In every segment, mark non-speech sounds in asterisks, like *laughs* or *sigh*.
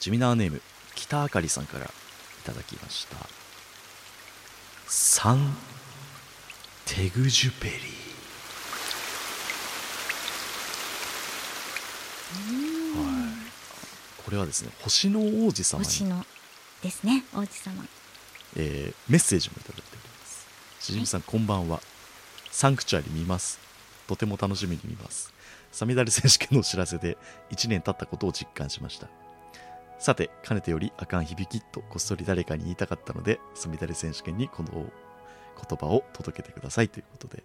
ジミナーネーム北あかりさんからいただきましたサン・テグジュペリー、はい、これはですね星の王子様星に、のですね王子様えーメッセージもいただいておりますしじみさん、こんばんはサンクチュアリ見ますとても楽しみに見ますサミダレ選手権のお知らせで1年経ったことを実感しましたさてかねてよりあかん響きとこっそり誰かに言いたかったのでサミダレ選手権にこの言葉を届けてくださいということで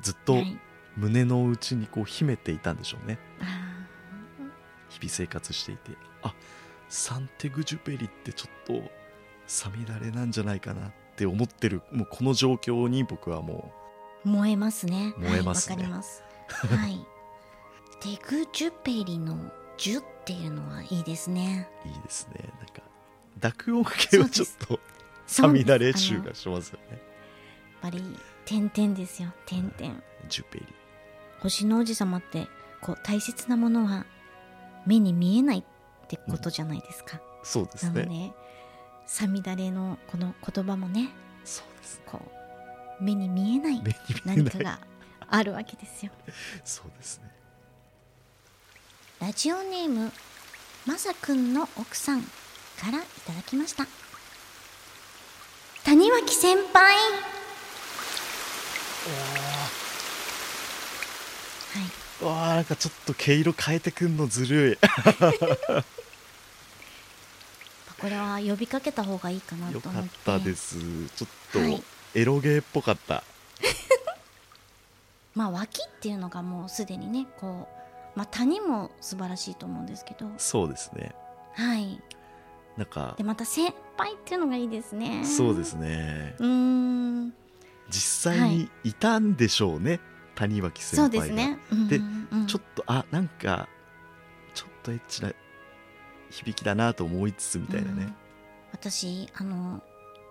ずっはとい、胸の内にこう秘めていたんでしょうねあ日々生活していてあサンテグジュペリってちょっとさみだれなんじゃないかなって思ってるもうこの状況に僕はもー燃えますね燃えますねはい、わかりますはいテグジュペリの「ジュ」っていうのはいいですねういいですねなんか濁音系はちょっとさそうでみすだれ臭あのやがっしますよねぱり点々ですよ点々ジュペリ星の王子様ってこう大切なものは目に見えないってことじゃないですか、そうですなねのでさみだれのこの言葉もねそうですこう目に見えない目に何見えかないがあるわけですよそうですねラジオネームまさくんの奥さんからいただきました谷脇先輩はいわあなんかちょっと毛色変えてくんのずるいこれは呼びかけた方がいいかなとよ思ってかったですすちょっはいとエロゲーっぽかった、まあ脇っていうのがもうすでにねこうまあ谷も素晴らしいと思うんですけどそうですねはいなんかでまた先輩っていうのがいいですねそうですねうーん実際にいたんでしょうね、谷脇先そう輩がですねでうんうんうんちょっとあなんかちょっとエッチな響きだなと思いつつみたいなうねん、私あの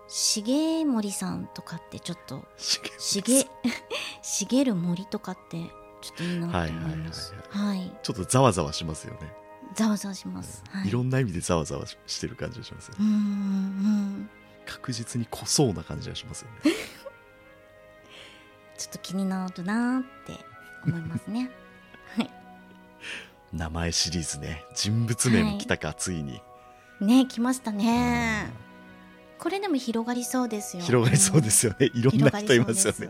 重森さんとかってちょっとしげ重 *laughs* 茂る森とかってちょっといいなと思いますはいちょっとざわざわしますよね、ざわざわします、はい、い、ろんな意味でざわざわししてる感じがしますよねうーんうん確実に濃そうな感じがしますよ *laughs* ねちょっと気になるなーって思いま *laughs* すね名前シリーズね人物名も来たか、ついにね来ましたねこれでも広がりそうですよ広がりそうですよねいろんな人いますよね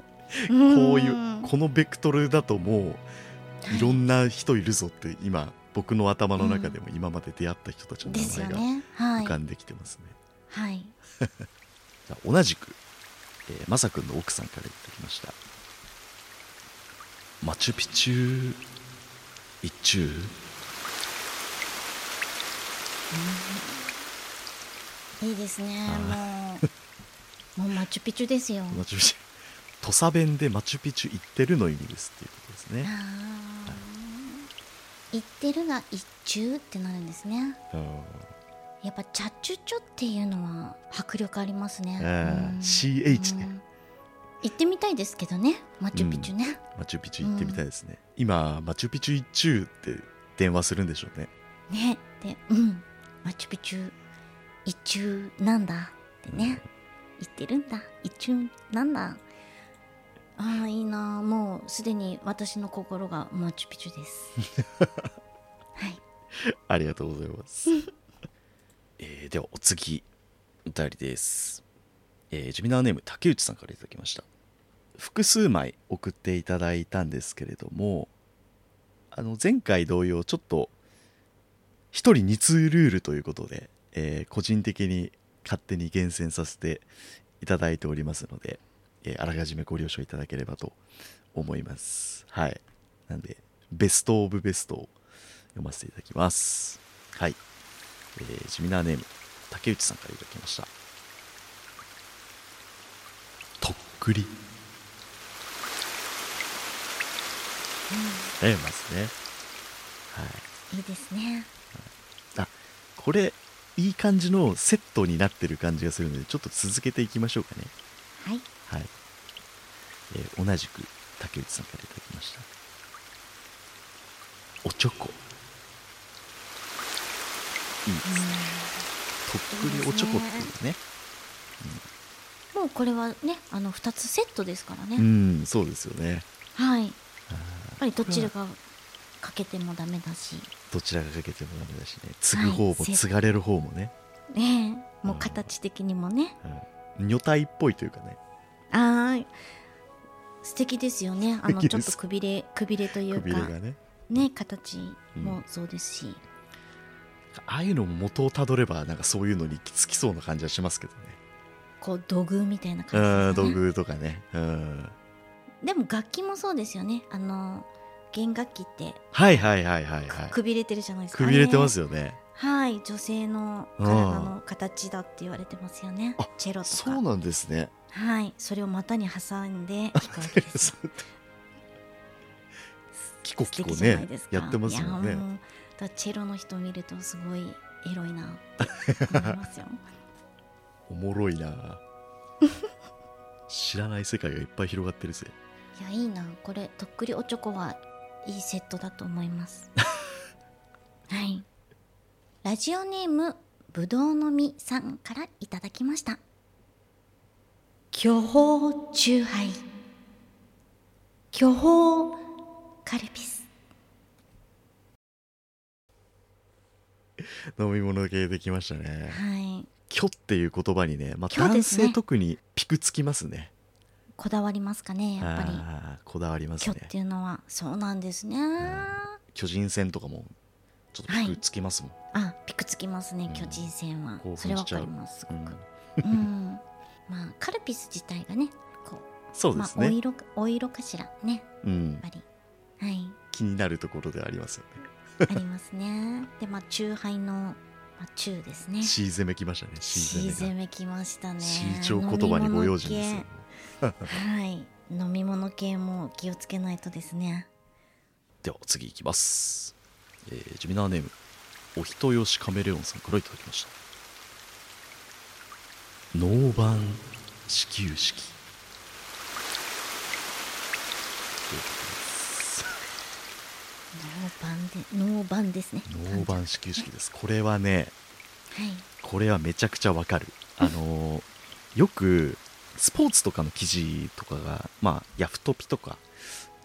こういうこのベクトルだともういろなんな人いるぞって今僕の頭の中でも今まで出会った人たちのですよ名前ねはが浮いかんできてますね。はいじゃあ同じく、えー、まさくんの奥さんからいただきました。マチュピチュ一中いいですねあもうもうマチュピチュ *laughs* ですよマチュピチュ土佐弁でマチュピチュ行ってるの意味ですっていうことですあね。ー言ってるが一中ってなるんですねうんやっぱチャチュチョっていうのは迫力ありますね、ええうん CH ねうん行ってみたいですけどねマチュピチュね、マチュピチュ行ってみたいですね。今マチュピチュ一中って電話するんでしょうね。ねでうんマチュピチュ一中なんだってね、言ってるんだ一中なんだああいいなあもうすでに私の心がマチュピチュです *laughs* はいありがとうございます。 *laughs* えーではお次お便りです。えージュミナーネーム竹内さんからいただきました。複数枚送っていただいたんですけれども、あの前回同様ちょっと一人二通ルールということで、えー個人的に勝手に厳選させていただいておりますので、えーあらかじめご了承いただければと思います。はい。なんでベストオブベストを読ませていただきます。はい。えー、ジミナーネーム、竹内さんからいただきました。とっくり。えー、まずね。はい。いいですねあ、これ、いい感じのセットになってる感じがするので、ちょっと続けていきましょうかね。はいはい。えー同じく竹内さんからいただきました。おちょこ。あいいですね。とっくりおちょこっていうね。もうこれはねあの2つセットですからね、うん、そうですよね。はいやっあーぱりどちらがかけてもダメだしどちらがかけてもダメだしね。継ぐは方いもせ継がれる方もね。ねえもう形的にもねうん女体っぽいというかね。あー素敵ですよねあの素ち敵ょっでとすくびれくびれというくびれかがね。ね形もそうですし、ああいうのも元をたどればなんかそういうのに行き着きそうな感じはしますけどね。こう土偶みたいな感じうん、ですよ道ね具とかね。うん。でも楽器もそうですよねあの弦楽器ってはいはいはいはいはい。くびれてるじゃないですかくびれてまよすよね。はい女性の体の形だって言われてますよねあチェロとかそうなんですね。はいそれを股に挟んで弾くわけですよキコキコ素敵じゃなねいです、かやってますよいやね。もうだからチェロの人見るとすごいエロいなって思いますよおもろいな。知らない世界がいっぱい広がってるぜ。いやいいなこれとっくりおちょこはいいセットだと思います *laughs* はいラジオネームぶどうの実さんからいただきました巨峰チューハイ巨峰カルピス飲み物系できましたね。はい虚っていう言葉にね、まあ、虚で男すね性特にピクつきますね。こだわりますかねやっぱりあーこだわります今ね日っていうのはそうなんですね巨人戦とかもちょっとピクつきますもん、あピクつきますねん巨人戦は、興奮それはしちわかゃうりますすごうんく、うんまあカルピス自体がねこそうう、でまあすおね、色かお色かしらねうんやっぱりはい *laughs* 気になるところではありますよありますねでまあ中杯の、まあ、中ですねね C 攻めきましたね C シー攻攻めがめきましたね C 超言葉にご用心ですよ飲み物系はい飲み物系も気をつけないとですねでは次いきます、えー、ジュミナーネームお人よしカメレオンさんからいただきましたノーバン始球式というノーバンでノーバンですねことですノーバン始球式ですこれはねはいこれはめちゃくちゃわかるあのーよくスポーツとかの記事とかがまあヤフトピとか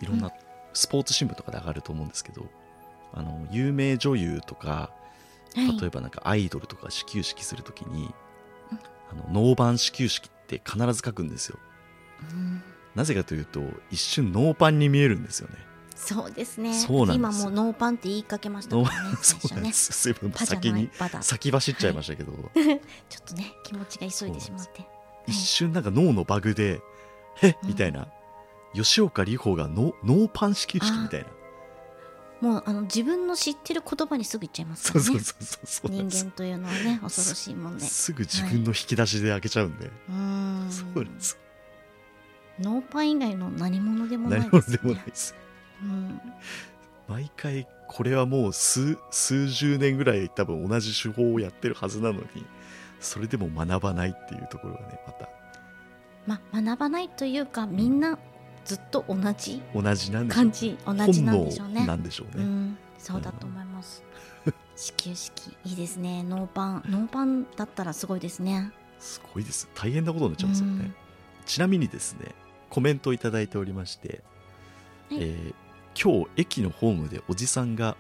いろんうなスポーツ新聞とかで上がると思うんですけど、あの有名女優とかはい例えばなんかアイドルとか始球式するときに、あのノーバン始球式って必ず書くんですようんなぜかというと一瞬ノーパンに見えるんですよねそうですね。そうなんです今もうノーパンって言いかけましたノーからパン。ね *laughs* 最そう初なんねで。すすいませんパじゃ先ないにパだ。ちょ先走っちゃいましたけど、っとね気持ちが急いでしまって。一瞬なんか脳のバグで「えみたいな、吉岡里帆がノノーパン始球式みたいなもうあの自分の知ってる言葉にすぐ言っちゃいますかそうらそうね。そうそうそうなん人です間というのはね恐ろしいもんね。すぐ自分の引き出しで開けちゃうんで、うーん。そうなんですノーパン以外の何者でもない何でもすよでもねない。ですうん。毎回これはもう数数十年ぐらい多分同じ手法をやってるはずなのにそれでも学ばないっていうところがねまたま学ばないというかみんなずっと同じ同じなんでしょう感じ同じなんでしょう本ね能。なんでしょううね、ん、そうだと思います。始球式いいですね。ノーパン、ノーパンだったらすごいですね。すごいです大変なことになっちゃいますよね、うんちなみにですねコメントをいただいておりまして、はいえー今日駅のホームでおじさんが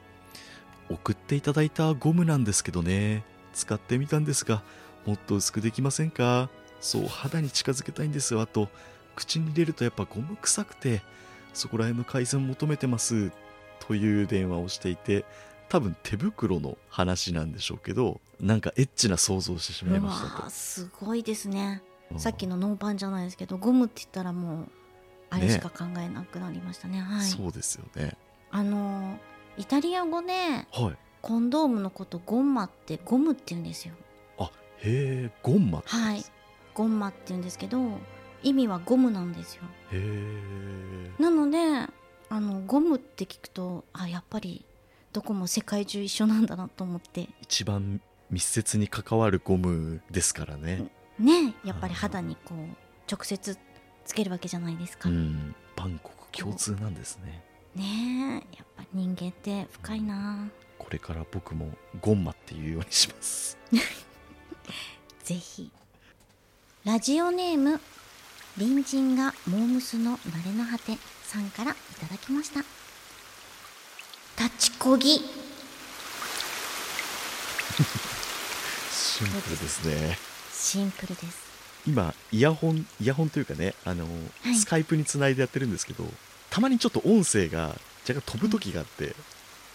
送っていただいたゴムなんですけどね使ってみたんですがもっと薄くできませんかそう肌に近づけたいんですよあと口に入れるとやっぱゴム臭くてそこら辺の改善を求めてますという電話をしていて多分手袋の話なんでしょうけどなんかエッチな想像をしてしまいうまわしたとーすごいですねうんさっきのノーパンじゃないですけどゴムって言ったらもうあれねしか考えなくなりましたねはいそうですよねあのーイタリア語ではいコンドームのことゴンマってゴムって言うんですよあへえゴンマって言うんはでいすゴンマって言うんですけど意味はゴムなんですよへえなのであのゴムって聞くとあやっぱりどこも世界中一緒なんだなと思って一番密接に関わるゴムですからねねやっぱりあー肌にこう直接つけるわけじゃないですか、うん万国共通なんですねねえやっぱ人間って深いなこれから僕もゴンマっていうようにしますぜひラジオネーム隣人がモームスの慣れの果てさんからいただきました立ちこぎシンプルですねシンプルです今イヤホンイヤホンというかねあの、はいスカイプにつないでやってるんですけどたまにちょっと音声が若干飛ぶ時があって、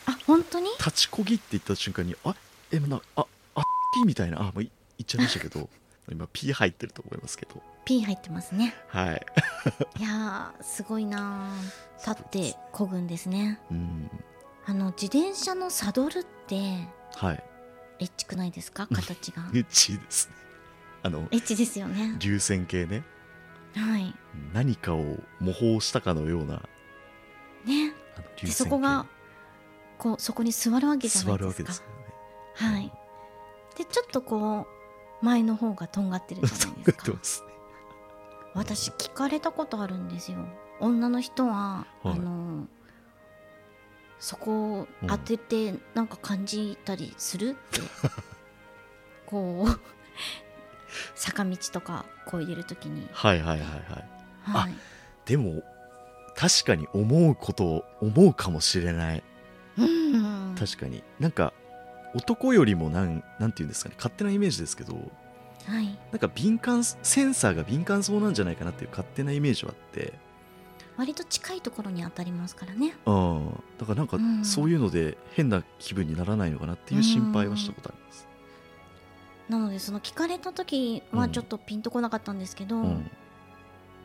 あ本当に立ちこぎって言った瞬間にあえなああっみたいなあもうい言っちゃいましたけど *laughs* 今 P 入ってると思いますけど P 入ってま *laughs* すねはいいやーすごいなー立ってこぐんですねうんあの自転車のサドルってはいエッチくないですか形 *laughs* がエッチですねあのエッチですよね流線形ねはい何かを模倣したかのようなねあの流線で形そこがこうそこに座るわけじゃな座いるでわすけかですよねはいでちょっとこう前の方がとんがってるじ *laughs* ゃそなういでなっすてかますね私聞かれたことあるんですよ女の人は、はいあのそこを当ててなんか感じたりする *laughs* って、こう坂道とかこう入れるときに、はいはいはいはいはい、でも確かに思うことを思うかもしれないうん確かになんか男よりもなんなんて言うんですかね勝手なイメージですけどはい、なんか敏感センサーが敏感そうなんじゃないかなっていう勝手なイメージはあって割と近いところに当たりますからねうんだからなんかうんそういうので変な気分にならないのかなっていう心配はしたことあります、なのでその聞かれた時はちょっとピンとこなかったんですけど、うん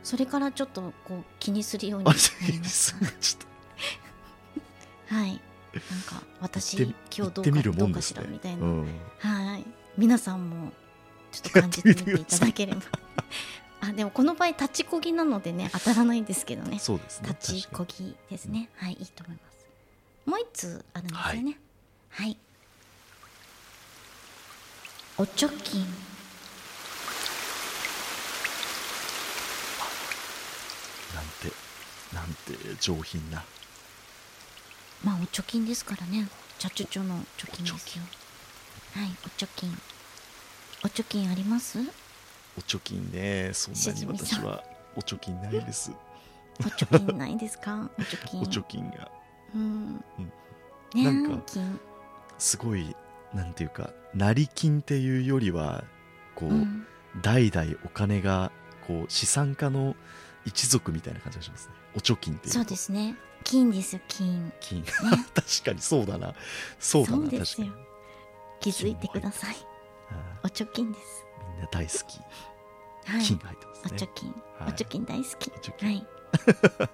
それからちょっとこう気にするようにあなれりましすごたいちょっはい。なんか私行って今日と行っどうてかみるどもうんかでしすらねみたいな。うんはい。皆さんもちょっと感じてみていただければ。 *laughs* あでもこの場合立ちこぎなのでね当たらないんですけどね。そうですね立ちこぎですね。はいいいと思います。もう一つあるんですよね。はい。お貯金なんてなんて上品なまあお貯金ですからね。チャチュチョの貯金ですよ。はいお貯金。お貯金あります？お貯金ねそんなに私はお貯金ないですお貯金ないですか？ *laughs* お貯金。お貯金がうんうん。なんか年金。すごいなんていうか成金っていうよりはこう、うん代々お金がこう資産家の一族みたいな感じがしますねお貯金っていうとそうですね。金ですよ金。金 *laughs* 確かにそうだなそうだな確そうかですよに気づいてください。あお貯金です。ーみんな大好き、はい。金が入ってまおす貯ね金。おはい貯金大好きお貯。金はい。あ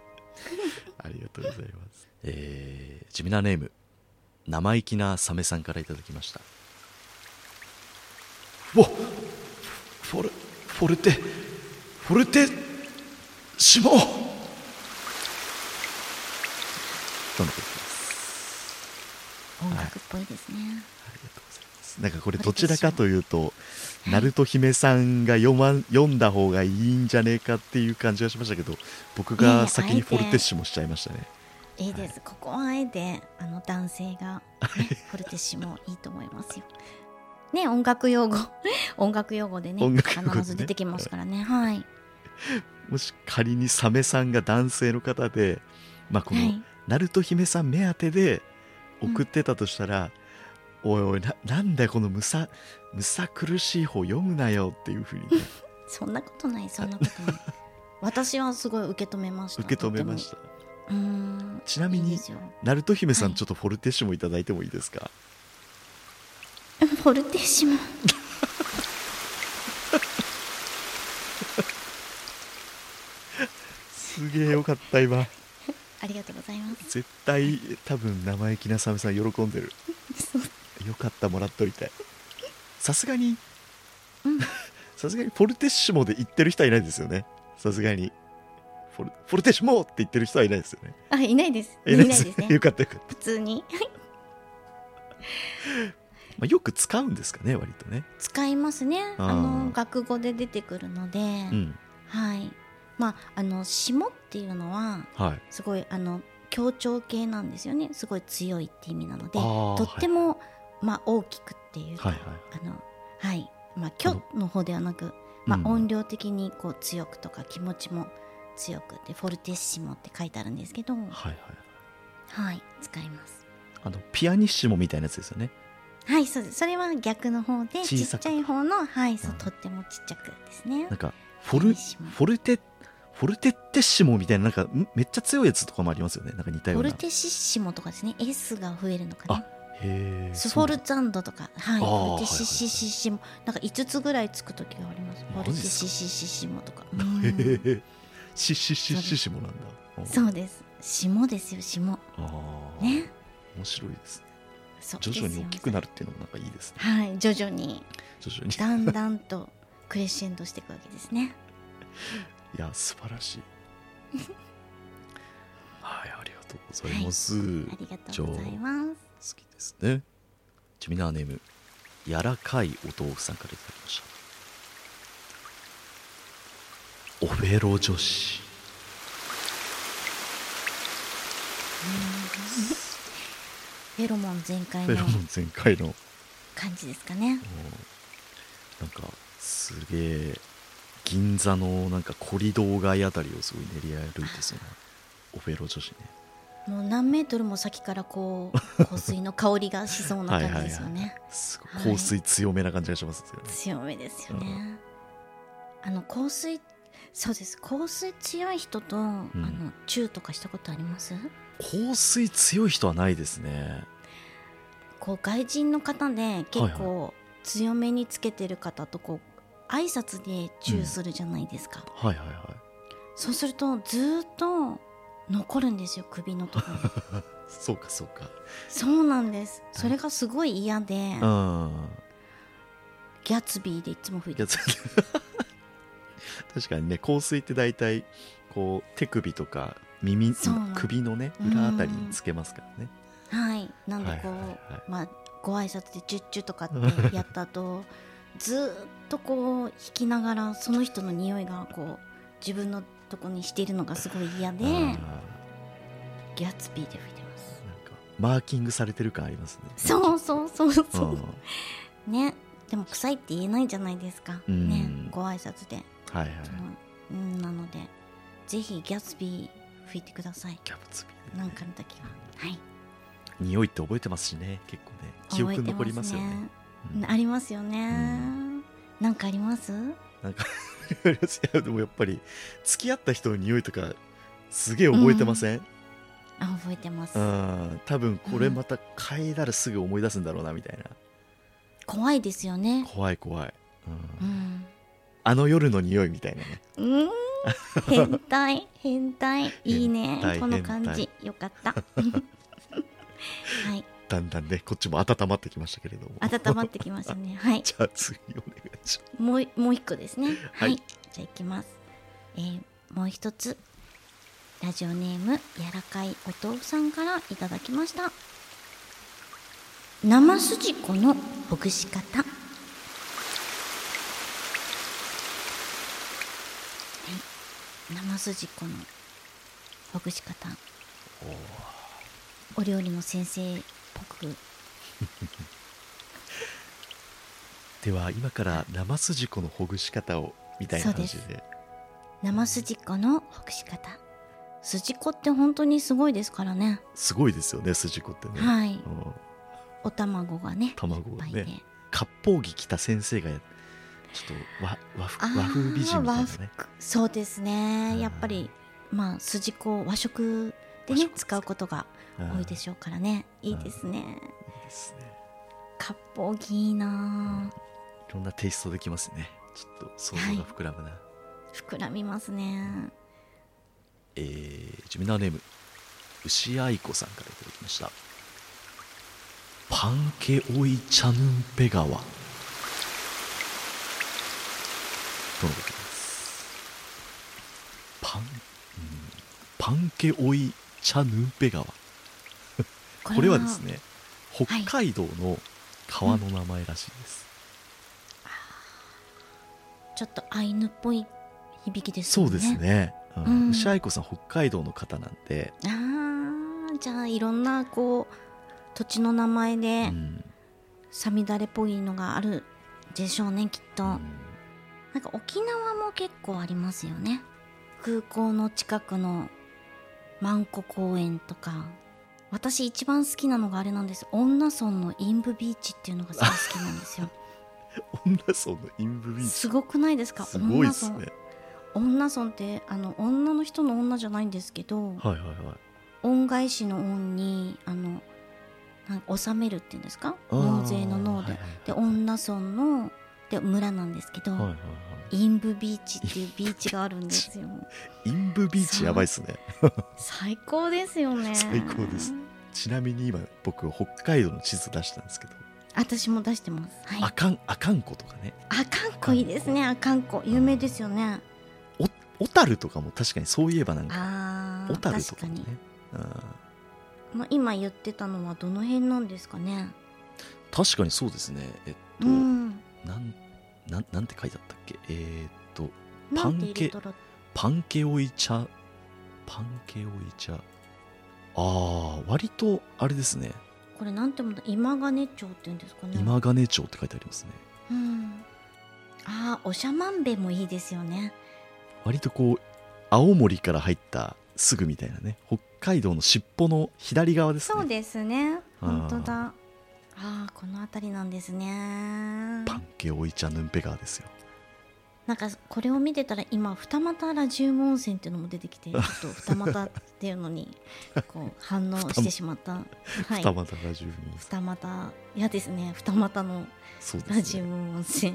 りがとうございますえー、ジミナーネーム生意気なサメさんからいただきましたわフォルフォルテフォルテしもうとのことです音楽っぽいですね。ありがとうございますなんかこれどちらかというとナルト姫さんが読,、まん、読んだ方がいいんじゃねえかっていう感じがしましたけど僕いやいがや先にフォルテッシモしちゃいましたねいいです。ここはあえてあの男性がねフォルテッシモいいと思いますよ。ね音楽用語 *laughs* 音楽用語でね音楽用語でね必ず出てきますからね。はい。もし仮にサメさんが男性の方で、まあ、このはいナルト姫さん目当てで送ってたとしたら、おいおいななんだよこのむさむさ苦しい方読むなよっていうふうにね、そんなことないそんなことない。私はすごい受け止めました。受け止めましたとても。うーん。ちなみいいにですよナルト姫さん、はいちょっとフォルテッシモいただいてもいいですかフォルテッシモ。すげえよかった今ありがとうございます。絶対多分生意気なサメさん喜んで *laughs* るよかったもらっといてさすがにうん *laughs* さすがにフォルテッシモで言ってる人はいないですよねさすがにフォルフォルテッシモって言ってる人はいないですよねあ、いないです。いいなないいでですすね *laughs* よ。かったよかった、普通にまあ、よく使うんですかね割とね使いますね。あーあの学語で出てくるので、うんはい。まああの下っていうのははいすごいあの協調系なんですよねすごい強いって意味なのであーとっても、まあ、大きくっていうか、はいはいあのはいまあ、虚の方ではなく、まあう、ん音量的にこう強くとか気持ちも強くでフォルテッシモって書いてあるんですけど、はいはいはい、使います。あのピアニッシモみたいなやつですよねはい、そうです。それは逆の方で、ち小っさくちゃい方の、はい、そうう、んとってもちっちゃくですねなん。かフォルピアニッシモフォルテフォルテッテッシモみたいななんかんめっちゃ強いやつとかもありますよねなんか似たフよォうなルテシッシモとかですね、S が増えるのかね。へえスフォルツァンドとか、はあーい、フォルテシッシシッシモ、なんか五つぐらいつく時があります。フォマルジっすかテシッシシッシモと *laughs* か。うへんえシシシシシモなんだそううです。霜ですよ、霜。ああ、ね。面白いですねそう徐々に大きくる。なるっていうのもなんかいいですねはい、徐々に、徐々にだんだんと、クレッシェンドしていくわけですね。いや素晴ら *laughs* しいはいありがとうございます、ありがとうございます。好きですねチュミナーネームやらかいお豆腐さんからいただきましたオベロ女子 *laughs* フェロモン全開フェのロモン全開のもう感じですかね。なんかすげえ銀座のなんかコリドー街あたりをすごい練り歩いてそうなオベロ女子ねもう何メートルも先からこ *laughs* う香水の香りがしそうな感じですよね。すごはいい香水強めな感じがしますよね、強めですよね。あの香水そうです香水強い人と、あのチューとかしたことあります香水強い人はないですねこう外人の方で結構強めにつけてる方とこう挨拶でチューするじゃないですか、はいはいはいそうするとずーっと残るんですよ首のとこ *laughs* ろにそうかそうかそうなんですそれがすごい嫌で、うんギャツビーでいつも吹いいてやるつ確かにね香水って大体こう手首とか耳そうなの首のねうん裏あたりにつけますからねはいなんでこう、はいはいはいまあご挨拶でチュッチュとかってやった *laughs* 後ずーっとこう引きながらその人の匂いがこう自分のとこにしているのがすごい嫌であーなんかギャツビーで吹いてますマーキングされてる感ありますね、そうそうそうそううんねでも臭いって言えないじゃないですかうんねご挨拶ではいはいそのうんなのでぜひギャツビー吹いてくださいキャプツビ、なんかの時ははい匂いって覚えてますしね結構ね記憶に残りますよね *laughs* 覚えてうんありますよね、んなんかありますなんかいやでもやっぱり付き合った人の匂いとかすげえ覚えてません、あ覚えてます、うん、多分これまた嗅いだらすぐ思い出すんだろうなみたいな怖いですよね怖い怖い、うんうん、あの夜の匂いみたいなねうーん、変態変態いいね変態この感変じよかった *laughs* はいだんだんねこっちも温まってきましたけれども温まってきましたねは *laughs* いじゃあ次お願い *laughs* しまもうもう一個ですねははい、いじゃあいきますえーもう一つラジオネームやらかいお豆腐さんからいただきました生すじこのほぐし方はい生すじこのほぐし方お料理の先生っぽくすでは今から生すじこのほぐし方をみたいな感じで生すじこのほぐし方すじこって本当にすごいですからねすごいですよねすじこってね、はいうんお卵がね卵いっぱがいねで割烹着着た先生がやちょっと和和あー服和風美人みたいなねそうですねやっぱりまあ筋子和食で和ね食です使うことが多いでしょうからねいいですねうんいいですね割烹着いいなあいろんなテイストできますねちょっと想像が膨らむな、膨らみますねえー、ジュミナーネーム牛愛子さんからいただきましたパンケオイチャヌンペ川とのことですパン、うんパンケオイチャヌンペ川これはですね北はい海道の川の名前らしいです、ちょっとアイヌっぽい響きですそようねですね、うんうん牛愛子さん北海道の方なんでああんちゃんいろんなこう土地の名前うでんさみだれっぽいのがあるでしょうねきっと、うんなんか沖縄も結構ありますよね空港の近くの万古公園とか私一番好きなのがあれなんです女村のインブビーチっていうのがすごい好きなんです *laughs* よ女村のインブビーチすごくないですかすごいです女ね村女村ってあの女の人の女じゃないんですけはどいはいはい恩返しの恩にあのなんか納めるっていうんですかあー納税のはい納で、はいはいで女村ので村なんですけど、はいはいはインブビーチっていうビーチがあるんです *laughs* よいインブビーチやばいっすね最高ですよね最高ですちなみに今僕北海道の地図出したんですけど、私も出してますはいああかんあかんことかねかんこいいですねあかんこ有名ですよねお小樽とかも確かにそういえばなんかあー小樽とか確かもねに、うん、まあ、今言ってたのはどの辺なんですかね確かにそうですねえっと、うんなんなんなんて書いてあったっけえーっとなパんてン入れケたらパンケオイ茶パンケオイ茶あー割とあれですねこれなんてもんだ今金町っていうんですかね今金町って書いてありますねうんあーおしゃまんべもいいですよね割とこう青森から入ったすぐみたいなね北海道の尻尾の左側ですそうねですねあー本当だああこの辺りなんですねパンケオイ茶ヌンペ川ですよなんかこれを見てたら今二股ラジウム温泉っていうのも出てきてちょっと二股っていう *laughs* のにこう反応してしまった、はい、二股ラジウム二股嫌ですね二股のそうでラすジウねム温泉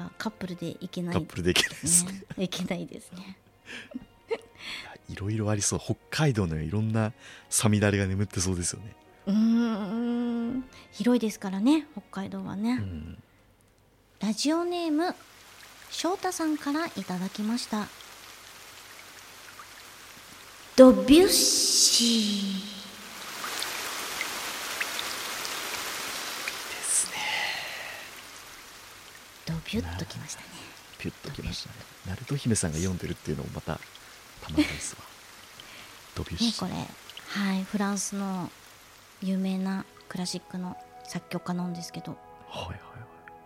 なんかカップルで行けないカップルできないですねね行けないですねいろいろありそう北海道のいろんなさみだれが眠ってそうですよね、うーん広いですからね北海道はね、うんラジオネーム翔太さんからいただきましたドビュッシですねードビュッときましたねピュッときましたねナルト姫さんが読んでるっていうのもまたたまらないです *laughs* わドビュッねシこー、れはいフランスの有名なクラシックの作曲家なんですけどはいはいはい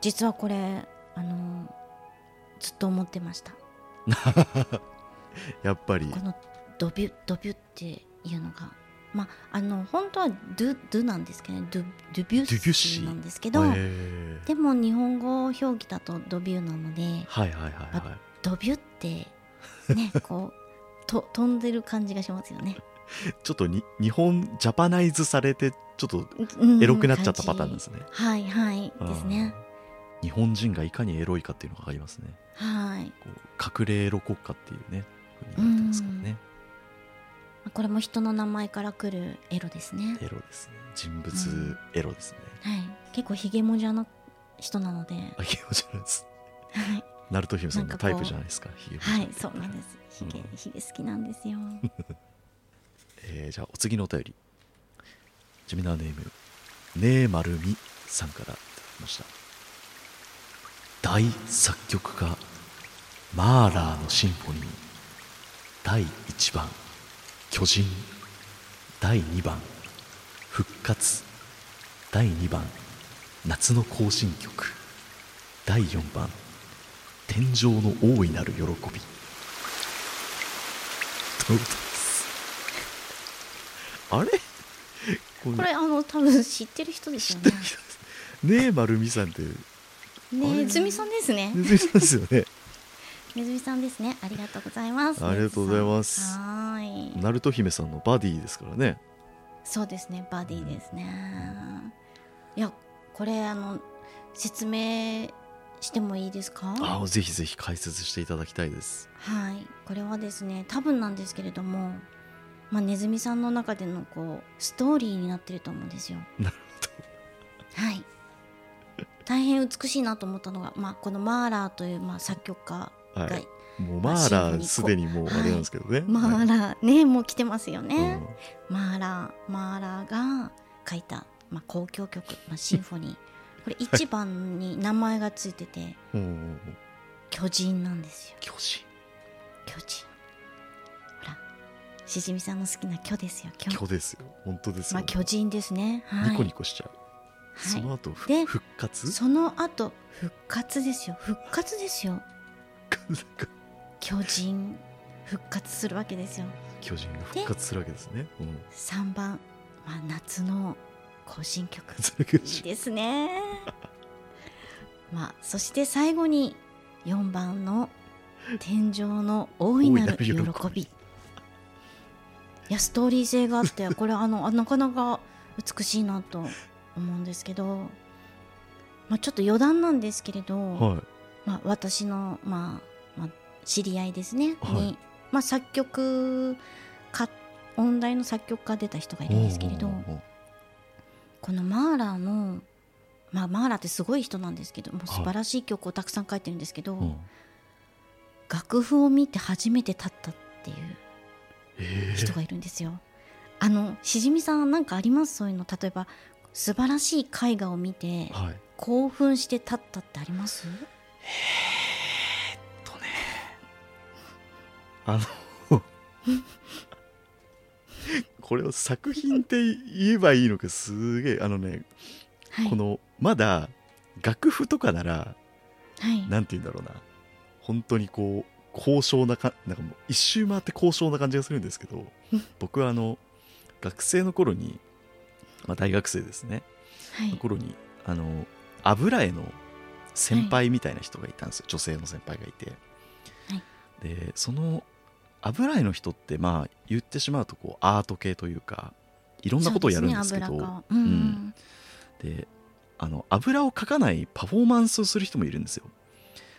実はこれあのずっと思ってましたやっぱりこのドビュドビュっていうのがまああの本当はドゥドゥなんですけどねドゥドゥビュッドゥビュッシシーーなんですけど、へーでも日本語表記だとドビューなのではいはいはいはいドビュって *laughs* ねこうと飛んでる感じがしますよね。ちょっとに日本ジャパナイズされてちょっとうんエロくなっちゃったパターンですね、はいはいうんですね。日本人がいかにエロいかっていうのが分かりますねはいこう隠れエロ国家っていうねふうに言われてますからねこれも人の名前から来るエロですね。エロですね人物エロですね、はい結構ヒゲもじゃな人なので、あヒゲモジゃないです *laughs* はいナルト姫さんなんのかこタうイプじゃないですかヒゲモジはいそうなんです。ヒゲうんヒゲ好きなんですよ。えーじゃあお次のお便りジェミナーネームねえまるみさんからいただきました大作曲家マーラーのシンフォニー第1番「巨人」第2番「復活」第2番「夏の行進曲」第4番「天井の大いなる喜び」どうです *laughs* あれここれあの多分知ってる人ですよね。ねえ丸美さんってあれねずみさんですね。ねずみさんですよねねずみさんですね。ありがとうございます。ありがとうございますはーい。ナルト姫さんのバディですからねそうですね。バディですね。いや、これあの説明してもいいですか？あはあぜひぜひ解説していただきたいですい。これはですね、多分なんですけれども、まあねずみさんの中でのこうストーリーになってると思うんですよ。なるはい。大変美しいなと思ったのが、まあこのマーラーというまあ作曲家ほどが、はいもうまあマーラシンフォニーーこすでにもううあれなんですけどね、 *laughs* はい、マーラーねもう来てますよね。うんマーラーマーラーが書いた、まあ、交響曲、まあ、シンフ *laughs* ォニーこれ一番に名前がついててうんうんうん巨人なんですよ巨人巨人ほらしじみさんの好きな巨ですよ巨今日ですよ本当ですよ、まあ巨人ですねはいニコニコしちゃう、そはの後ふで復活い、その後復活ですよ復活ですよなんか巨人復活するわけですよ巨人が復活するわけですね、うん、 3番、まあ、夏の行進曲それがいいですね *laughs* まあそして最後に4番の「天井の大いなる喜大いなる喜び」びいやストーリー性があってこれあのあ *laughs* なかなか美しいなと思うんですけど、まあ、ちょっと余談なんですけれど、はいまあ、私の、まあまあ、知り合いですね、はいに、まあ、作曲家音大の作曲家出た人がいるんですけれどおうおうおうおうこのマーラーの、まあ、マーラーってすごい人なんですけどもうはい素晴らしい曲をたくさん書いてるんですけど、うん楽譜を見て初めて立ったっていうえ人ー、がいるんですよ。あのしじみさんなんかありますそういうの例えば素晴らしい絵画を見てはい興奮して立ったってありますとねあの *laughs* これを作品って言えばいいのかすげえあのね、はいこのまだ楽譜とかならはいなんて言うんだろうな本当にこう高尚なかなんかもう一周回って高尚な感じがするんですけ *laughs* ど僕はあの学生の頃に、まあ、大学生ですねはいの頃にあの油絵の先輩みたいな人がいたんですよ、女性の先輩がいて、はいでその油絵の人ってまあ言ってしまうとこうアート系というかいろんなことをやるんですけどそうでね油かうんうんあの油を描かないパフォーマンスをする人もいるんですよ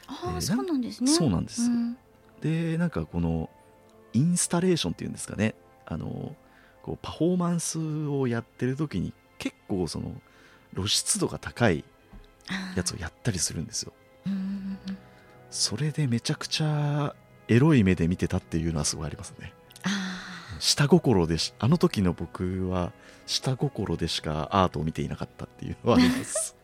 あえあーそうなんですね。そうなんですうんでなんかこのインスタレーションっていうんですかねあのこうパフォーマンスをやってる時に結構その露出度が高いあーやつをやったりするんですようんうんうんそれでめちゃくちゃエロい目で見てたっていうのはすごいありますねあ下心でしあの時の僕は下心でしかアートを見ていなかったっていうのはあります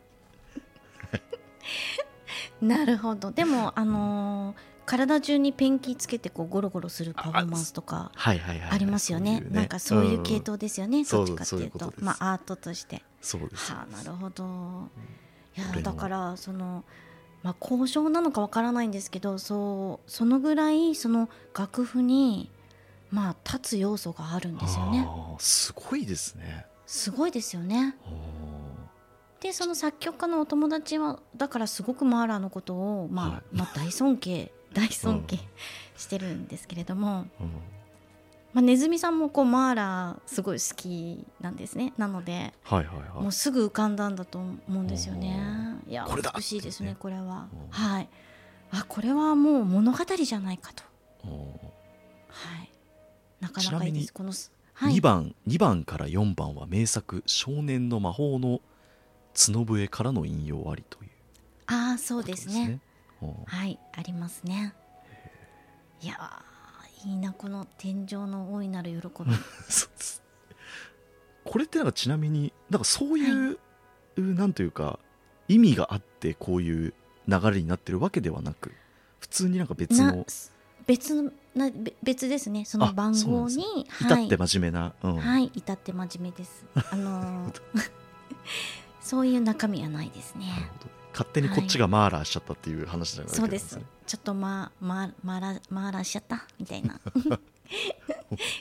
*laughs* ーなるほどでもあのー体中にペンキつけてこうゴロゴロするパフォーマンスとかはいはいはいはい、ありますよね,、そういうなんかそういう系ん統ですよね、そどうそうっちかっていうとそういうことですまあアートとしてそうですはあなるほど、いこれやもだからそのまあ交渉なのかわからないんですけどそうそのぐらいその楽譜にまあ立つ要素があるんですよねあーすごいですねすごいですよねおーでその作曲家のお友達はだからすごくマーラーのことを、まあはいまあ、大尊 *laughs* 敬大尊敬うんしてるんですけれども、うんまあ、ネズミさんもこうマーラーすごい好きなんですねなのではいはいもはういすぐ浮かんだんだと思うんですよねいやこれだ美しいですっねていうねこれはうんはいあこれはもう物語じゃないかとおはいなかなかいいちなみでにすこのすーはい2番2番から4番は名作「少年の魔法」の角笛からの引用ありというああそうことでですすねねおー *laughs* はいありますねいやーいいなこの天井の大いなる喜びそうですこれってなんかちなみになんかそういう、なんというか意味があってこういう流れになってるわけではなく普通になんか別なの別のなべ別ですねそのあ番そうなん号ですにねは至っいて、真面目な、うんはい、至って真面目ですあのー *laughs* そういう中身はないですねなるほど勝手にこっちがマーラーしちゃったっていう話じゃないそうですちょっとまあまあまあらまあらしちゃったみた *laughs* いな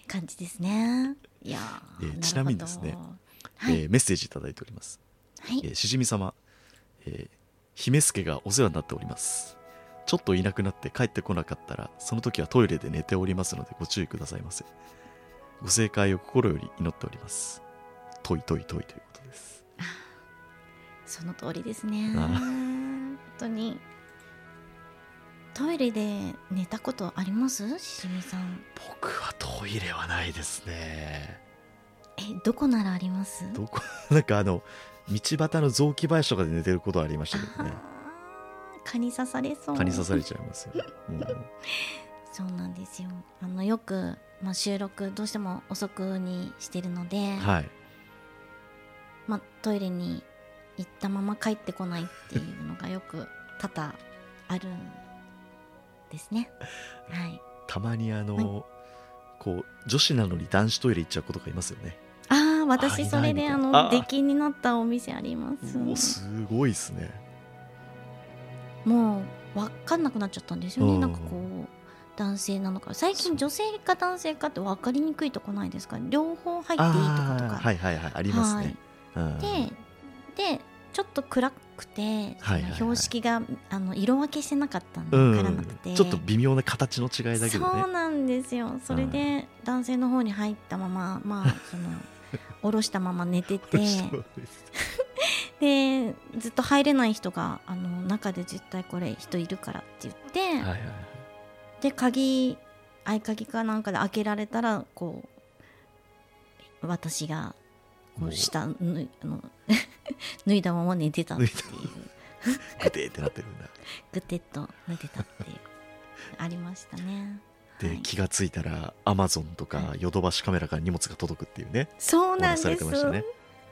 感じですねいやえーーるほどちなみにですねはい、えーメッセージいただいております、はいえーしじみ様、えー姫助がお世話になっておりますちょっといなくなって帰ってこなかったらその時はトイレで寝ておりますのでご注意くださいませご正解を心より祈っておりますトイトイトイということですその通りですね。ああ本当に。トイレで寝たことありますしじみさん。僕はトイレはないですねえ、どこならありますどこ *laughs* なんかあの道端の雑木林とかで寝てることはありましたけどねあー蚊に刺されそう。蚊に刺されちゃいますよ、うんそうなんですよ。あの、よく、まあ、収録どうしても遅くにしてるので、はいまあ、トイレに行ったまま帰ってこないっていうのがよく多々 *laughs* あるんですね。はい。たまにあの、こう女子なのに男子トイレ行っちゃう子とかいますよね、あああ私いそないれみたいであなあの出禁になったお店ありまおすすごいですねもう分かんなくなっちゃったんですよね、うんなんかこう男性なのか最そう近女性か男性かって分かりにくいとこないですか両方入っていいとあことかあーはいはいはいありますね、うんででちょっと暗くて、はいはいはいその標識があの色分けしてなかったんでう分んからなくて、ちょっと微妙な形の違いだけどねそうなんですよそれで男性の方に入ったまままあそ *laughs* の下ろしたまま寝ててそうですでずっと入れない人があの中で絶対これ人いるからって言って、はいはいはいで鍵合鍵かなんかで開けられたらこう私がこもうう下脱いあの *laughs* 脱いだまま寝てたっていうグテーってなってるんだぐてっと脱いでたっていう *laughs* ありましたね。はでい気がついたらアマゾンとかヨドバシカメラから荷物が届くっていうねそうおな話んされでてす。ましたね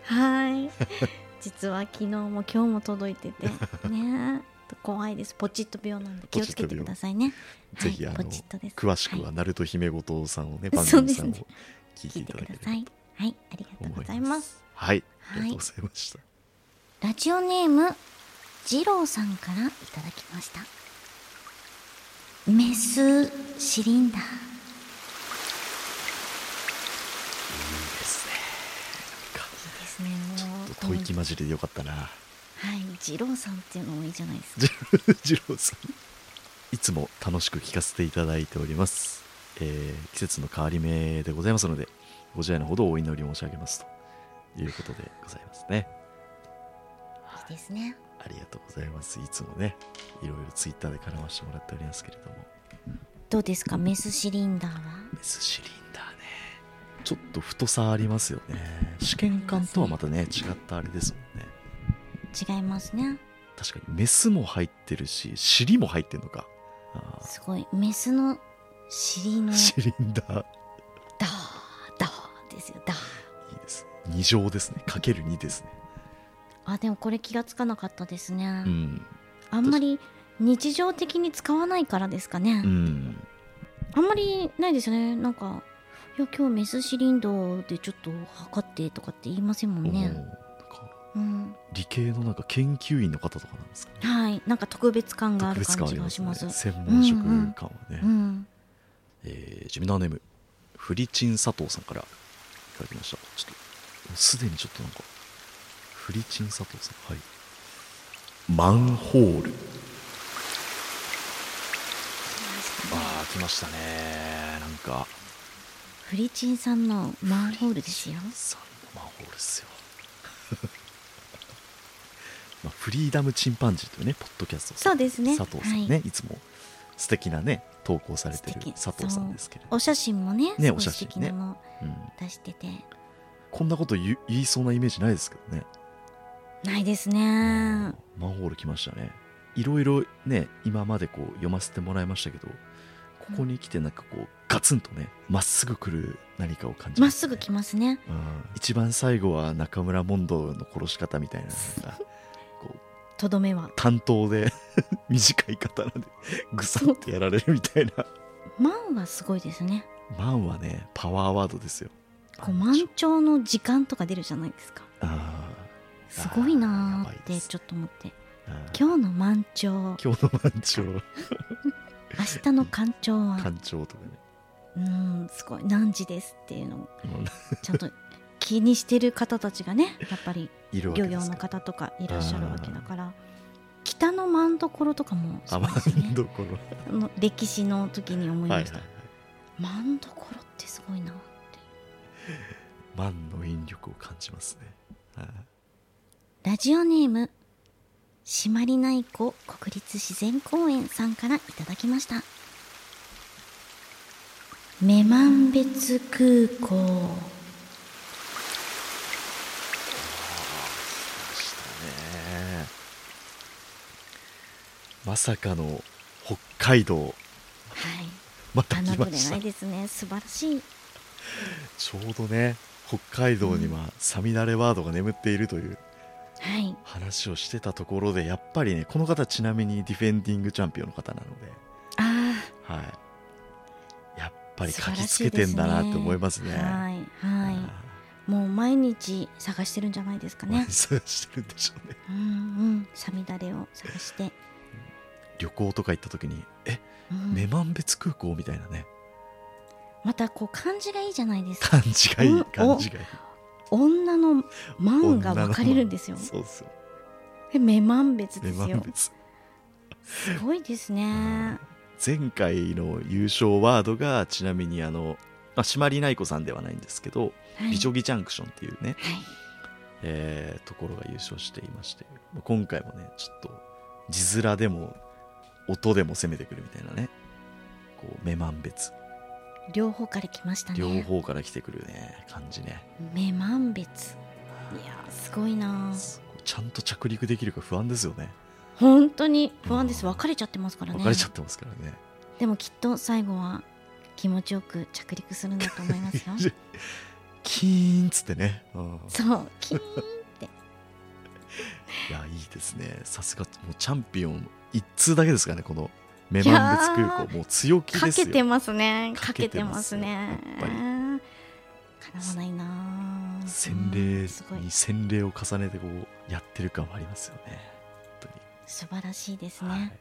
はい。 *laughs* 実は昨日も今日も届いて *laughs* てねえ、怖いです。ポチッと病なんで気をつけてくださいね。ぜひはあいのポチッとです詳しくいはナルト姫ごとさんをねはい番組さんをそう聞いて聞いいてたくだだければさい。はい、ありとがとう思ございいまますす。はいあはいりがとうございましたラジオネーム二郎さんからいただきましたメスシリンダーいいですねなんかいいですねもうちょっと吐息混じりでよかったなはい二郎さんっていうのもいいじゃないですかジ *laughs* 二郎さんいつも楽しく聞かせていただいております、えー季節の変わり目でございますのでご自愛のほどお祈り申し上げますということでございますねいいですねありがとうございますいつもねいろいろツイッターで絡ませてもらっておりますけれどもどうですかメスシリンダーはメスシリンダーねちょっと太さありますよね試験管とはまたね違ったあれですもんね違いますね確かにメスも入ってるし尻も入ってるのかあすごいメスの尻のーシリンダーダーダーですよダーいいですね。二乗ですね。かける二ですね。あでもこれ気がつかなかったですね、うん。あんまり日常的に使わないからですかね、うん。あんまりないですよねなんかいや今日メスシリンダーでちょっと測ってとかって言いませんもんおーねなんかうん理系のなんか研究員の方とかなんですかね。はいなんか特別感があ特る別感感あじりがましすまね。す専門職感はね。うんえー、ジミナーネーム、フリチン佐藤さんからいただきました。ちょっと、もうすでにちょっとなんか、フリチン佐藤さん。はい。マンホール。ああ、来ましたね。なんか、フリチンさんのマンホールですよさんのマンホールっすよ *laughs* まあフリーダムチンパンジーというねポッドキャストをさそうですね佐藤さんね、、はいつも素敵なね投稿されてる素敵佐藤さんですけれど、お写真もねねすおごい写素真敵ねなのうん、出してて、こんなこと言う言いそうなイメージないですけどね、ないですねマンホール来ましたねいろいろね今までこう読ませてもらいましたけどここに来てなんかこうガツンとねまっすぐ来る何かを感じままっすすね、ぐ来ますねうん、一番最後は中村問答の殺し方みたいななんかこうとどめは担当で *laughs* 短い刀でぐさってやられるみたいなマンはすごいですねマンはねパワーワードですよこう満潮の時間とか出るじゃないですかあすごいあなーやばーいっでてすちょっと思ってーあー今日の満潮今日の満潮明日の干潮は干潮とかねうーんすごい何時ですっていうのをもうちゃんと気にしてる方たちがねやっぱりいるわけ漁で業すのから方とかいらっしゃるわけだから北の満所とかもそうあですよまあねどころあの歴史の時に思いはいはまいした、はい満所ってすごいなってマンの引力を感じますねはいラジオネーム締まりない湖国立自然公園さんからいただきました女満別空港来ましたねまさかの北海道はいまた花来ぶまれしなたいですね素晴らしいちょうどね北海道にはサミダレワードが眠っているというはい話をしてたところでやっぱりねこの方ちなみにディフェンディングチャンピオンの方なので、あはい、やっぱり書きつけてんだなって思いますね。はいはあい。もう毎日探してるんじゃないですかー、ね、ね。探してるんでしょうね。うんうん。サミダレを探して。旅行とか行った時に、え、うん女満別空港みたいなね、またこう漢字がいいじゃないですか。感じがいうんいお、感じがいい。女の満が分かれるんですよ。そうそう。え、目満別で女す満よ。別。すごいですね。前回の優勝ワードが、ちなみにあの、まあ、シマリナイコさんではないんですけど、はい美女ギジャンクションっていうね、はい。えーところが優勝していまして、まあ今回もね、ちょっと、字面でも、音でも攻めてくるみたいなね、こう、目満別。両方から来ましたね。両方から来てくるね、感じね。目満別。いやーすごいなー。すごいちゃんと着陸できるか不安ですよね。本当に不安です。別れちゃってますからね。分かれちゃってますからね。。でもきっと最後は気持ちよく着陸するんだと思いますよ *laughs* キーンっつってね。うんそう、 *laughs* キーンいや、いいですね。さすが、もうチャンピオン、一通だけですからね、この、女満別空いや港、もう強気かですけよ。てますね。かかけけててまますすよね。やっぱりかなわないなー。洗礼すごいに洗礼を重ねて、こう、やってる感はありますよね。本素晴らしいです当に。はいね。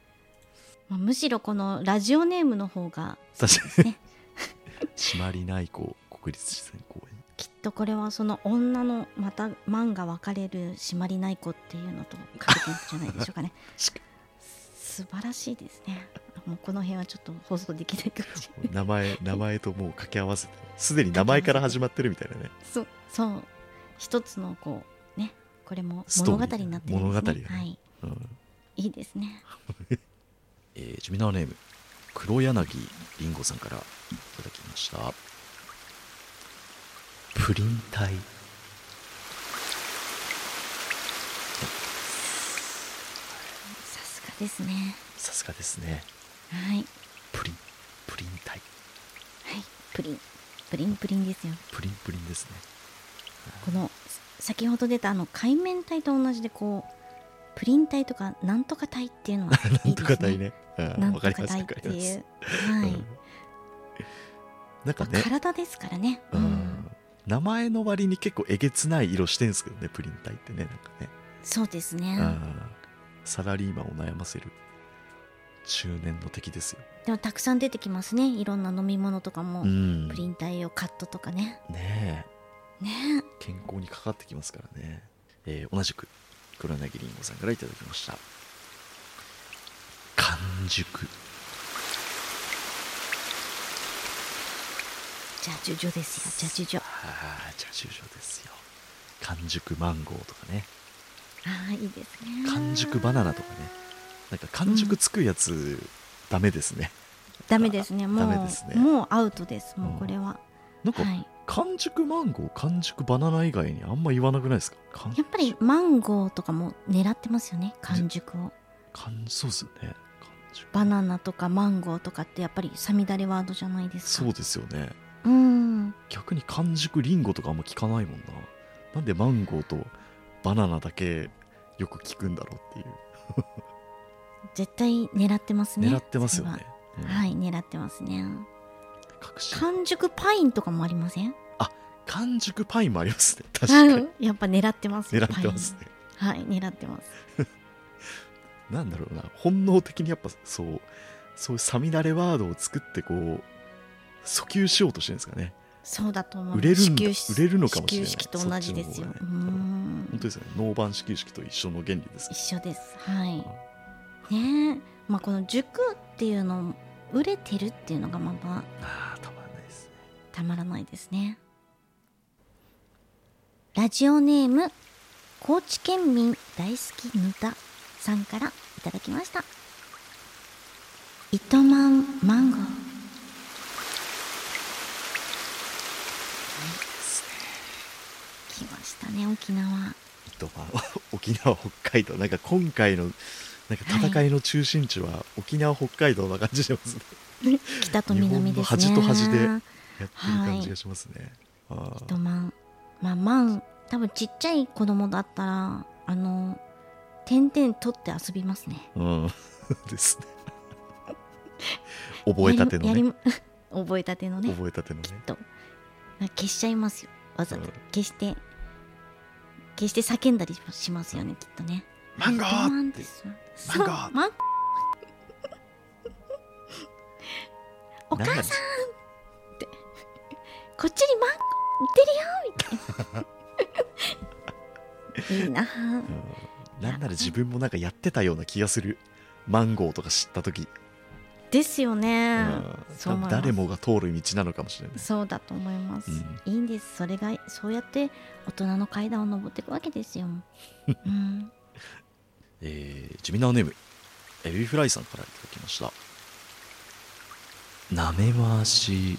まあむしろこのラジオネームの方が確かに。締まりないこう国立自然公園。きっとこれはその女のまた漫画分かれる締まりない子っていうのとかけてるんじゃないでしょう *laughs* かね確素晴らしいですねもうこの辺はちょっと放送できないかもしれない名 *laughs* 前、名前ともう掛け合わせて、すでに名前から始まってるみたいなね。そうそう一つのこうねこれもストーリ物ー語になってるんです物語がねねはいうんいいですねえー、ジュミナーネーム黒柳りんごさんからいただきましたプリン体さすがですねさすがですねはいはいプリンプリン体プリンプリンプリンですよプリンプリンですねこの先ほど出たあの海綿体と同じでこうプリン体とか *laughs* なんとか体っていうのはないんいとかです体ねねうんなんわとかかります体わっかてりまいすう、はいうんなんかね、体ですからね、ううんん、、名前の割に結構えげつない色してんすけどねプリン体ってねなんかね、そうですうね、んサラリーマンを悩ませる中年の敵ですよ、でもたくさん出てきますねいろんな飲み物とかも、うんプリン体をカットとかねねえね健康にかかってきますからね、えー同じく黒柳りんごさんからいただきました完熟じゃあジュジョですよじゃあジュジョああじゃあ就職ですよ完熟マンゴーとかねああいいですね完熟バナナとかねなんか完熟つくやつ、ダメですねダメですねもダうメですねもうアウトですもううんこれは、なんか、はい完熟マンゴー完熟バナナ以外にあんま言わなくないですか完やっぱりマンゴーとかも狙ってますよね完熟を完そうですよね完熟バナナとかマンゴーとかってやっぱりさみだれワードじゃないですそかうですよねうん逆に完熟リンゴとかあんま聞かないもんななんでマンゴーとバナナだけよく聞くんだろうっていう絶対狙ってますね狙ってますよねそれうんははい狙ってますね確信完熟パインとかもありません完熟パインもあり *laughs* ますね確かにやっぱ狙ってますよ狙ってますねパインはい狙ってますなんだろうな本能的にやっぱそうそういうサミダレワードを作ってこう訴求しようとしてるんですかねそうだと思う売れるんだ始球式売れるのかもしれない始球式と同じですよ、そっちうの方がねん本当ですよねノーバン始球式と一緒の原理です一緒ですはいねえまあこの熟っていうの売れてるっていうのがまたああたまらないですねたまらないですねラジオネーム高知県民大好きぬたさんからいただきました糸満マンゴー来ましたね沖縄とまあ沖縄北海道なんか今回のなんか戦いの中心地は沖縄北海道な感じしますね、北と南ですね日本の端と端でやってる感じがしますね、あ糸満まあマン多分ちっちゃい子供だったらあの点々取って遊びますねあうんですね覚えたてのやり *laughs* ねもやりも覚えたてのね覚えたてのねとなんか消しちゃいますよわざとうん消して消して叫んだりもしますよねきっとねマンゴドーンーっっててそマンうゴ *laughs* ーマンゴーお母さんさんこっちにマンゴー売ってる *laughs* よみたいないいなあなんなら自分もなんかやってたような気がするマンゴーとか知った時、ですようねん、そ多う思いま分す誰もが通る道なのかもしれないそうだと思います、ういいんですそれがそうやって大人の階段を登っていくわけです *laughs* よ、うん、えー、ジミナーネームエビフライさんからいただきましたなめ回し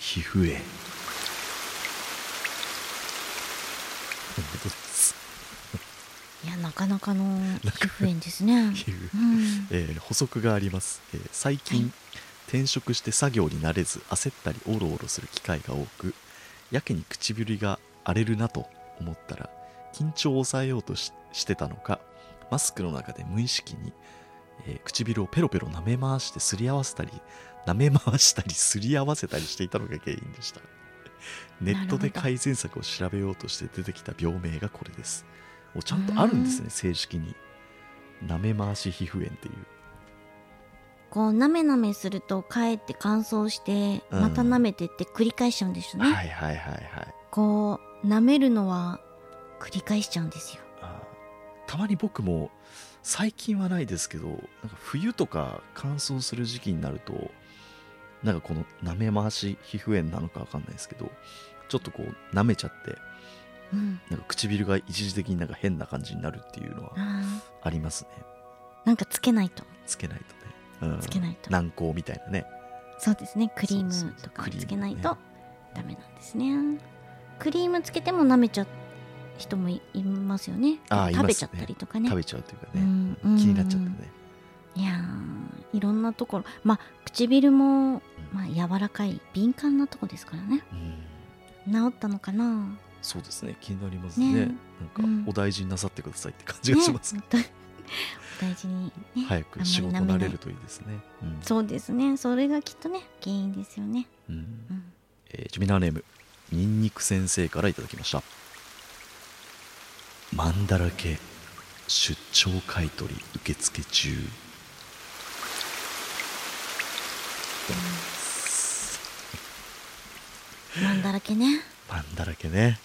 皮膚炎 *laughs* いやなかなかの皮膚炎ですね *laughs* 皮膚うん、えー補足があります、えー最近、はい転職して作業に慣れず焦ったりおろおろする機会が多くやけに唇が荒れるなと思ったら緊張を抑えようとししてたのかマスクの中で無意識に、えー唇をペロペロ舐め回してすり合わせたり舐め回したりすり合わせたりしていたのが原因でしたネットで改善策を調べようとして出てきた病名がこれですおちゃんとあるんですね正式に舐め回し皮膚炎っていうこうなめなめするとかえって乾燥してうんまたなめてって繰り返しちゃうんですよね、はいはいはいはいこうなめるのは繰り返しちゃうんですよあーたまに僕も最近はないですけどなんか冬とか乾燥する時期になるとなんかこの舐め回し皮膚炎なのかわかんないですけどちょっとこう舐めちゃってうんなんか唇が一時的になんか変な感じになるっていうのはあーありますねなんかつけないとつけないとね、うん、つけないと軟膏みたいなねそうですねクリーそうそムうとかクリームつけないねとダメなんですねクリームつけても舐めちゃう人もいいますよねあーいますね食べちゃったりとかね食べちゃうというかね、うんうん気になっちゃってね、いやーいろんなところまあ唇も、まあ、柔らかい敏感なとこですからねうん治ったのかなそうですね気になりますねねなんうんかお大事になさってくださいって感じがします、ね *laughs* 本当大事にね早あんまくり仕事舐めな慣いれるといいですね。うんそうですねそれがきっとね原因ですよね、うんうん、えージュミナーネームニンニク先生からいただきました「マンだらけ出張買い取り受付中」マンだらけねマンだらけね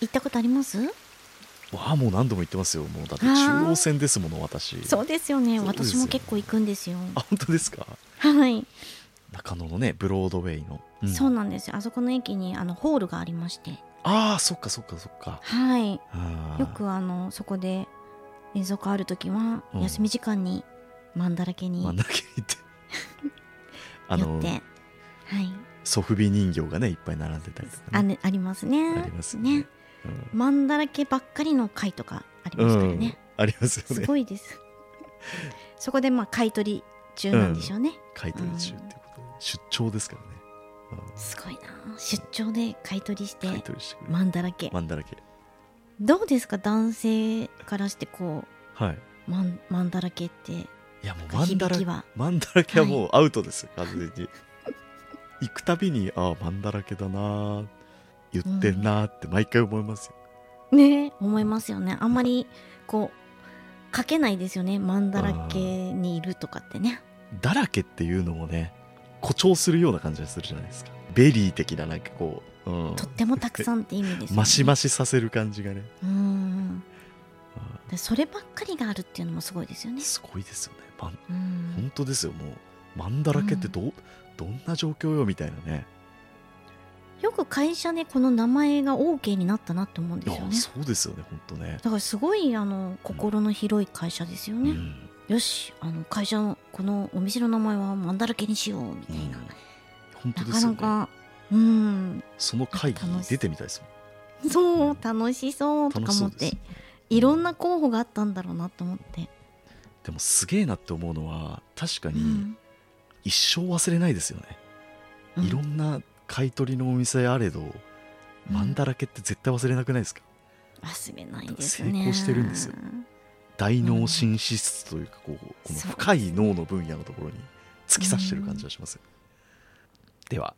行ったことありますわあもう何度も言ってますよもうだってあー中央線ですもの私そうですよねそうですよ私も結構行くんですよあ本当ですかはい中野のねブロードウェイの、うんそうなんですよあそこの駅にあのホールがありましてああそっかそっかそっかはいあーよくあのそこで映像がある時は、うん休み時間にマンだらけにマ寄っンて *laughs* だらけに行ってあのはいソフビ人形がねいっぱい並んでたりとかあ,、ねね、ありますねありますよねうんマンだらけばっかりの会とかありうましたよんね、、ありますよすね。ごいですそこでまあ買い取り中なんでしょうね、買い取り中ってことで、出張ですからね。すごいな出張で買い取りして買い取りしてくれる。マンだらけマンだらけ。どうですか男性からしてこはい。うマンマンだらけっていやもうマンだら響きけ、はマンだらけはもうアウトですよ、完全に。 *laughs* 行くたびに、ああ、マンだらけだなー言ってんなーって毎回思いますよ。ね思いますよねあんまりこう書けないですよねマンだらけにいるとかってねだらけっていうのもね、誇張するような感じがするじゃないですか。ベリー的ななんかこう、うんと。ってもたくさんって意味ですよねマシマシさせる感じがね。うんうんでそればっかりがあるっていうのもすごいですよねすごいですよね。マンうん本当ですよもうマンだらけってど,、うどんな状況よみたいなねよく会社でこの名前が OK になったなって思うんいですよやねそうですよね本当ねだからすごいあの心の広い会社ですようね、ん、よしあの会社のこのお店の名前はマンだらけにしようみたいな、本当でなかすよなねかうんその会議に出てみたいですもそううん楽しそうんと楽かしそ思うっですてよいろんな候補があったんだろうなと思って、でもすげえなって思うのは確かうにん一生忘れないですよね、いろんな買い取りのお店あれど、マンだらけって絶対忘れなくないですか忘れないですね成功してるんですよ大脳新資質というかこうこのそう深い脳の分野のところに突き刺してる感じがしますよ、では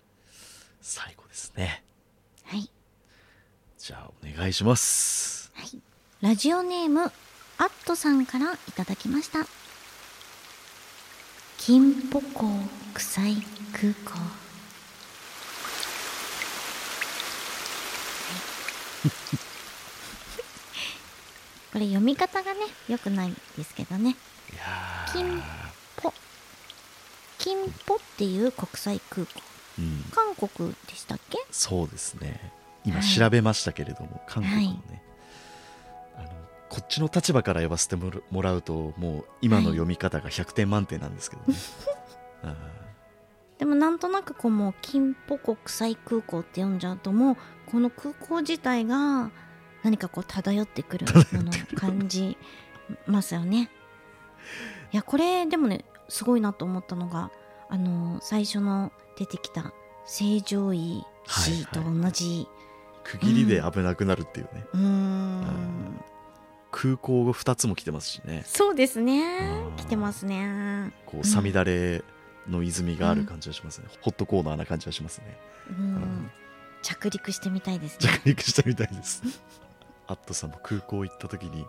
最後ですねはいじゃあお願いしますはい、ラジオネームアットさんからいただきました金歩港臭い *laughs* 空港これ読み方がね良くないんですけどねいやー金ポ金ポっていう国際空港うん、韓国でしたっけそうですね今はい調べましたけれども、韓国のね、あのこっちの立場から呼ばせてもらもらうともう今の読み方が100点満点なんですけど *laughs* ね、あでもなんとなくこうもう金浦国際空港って呼んじゃうともうこの空港自体が何かこう漂ってくるものを感じますよね。いやこれでもねすごいなと思ったのがあの最初の出てきた正常位はい C はいと同ーじ、区切りで危なくなるっていうね、うーん空港語2つも来てますしねそうですねうん来てますね。こうさみだれの泉がある感じがしますね、ホットコーナーな感じがしますねううんん着陸してみたいですね。着陸したみたいですアットさんも空港行った時に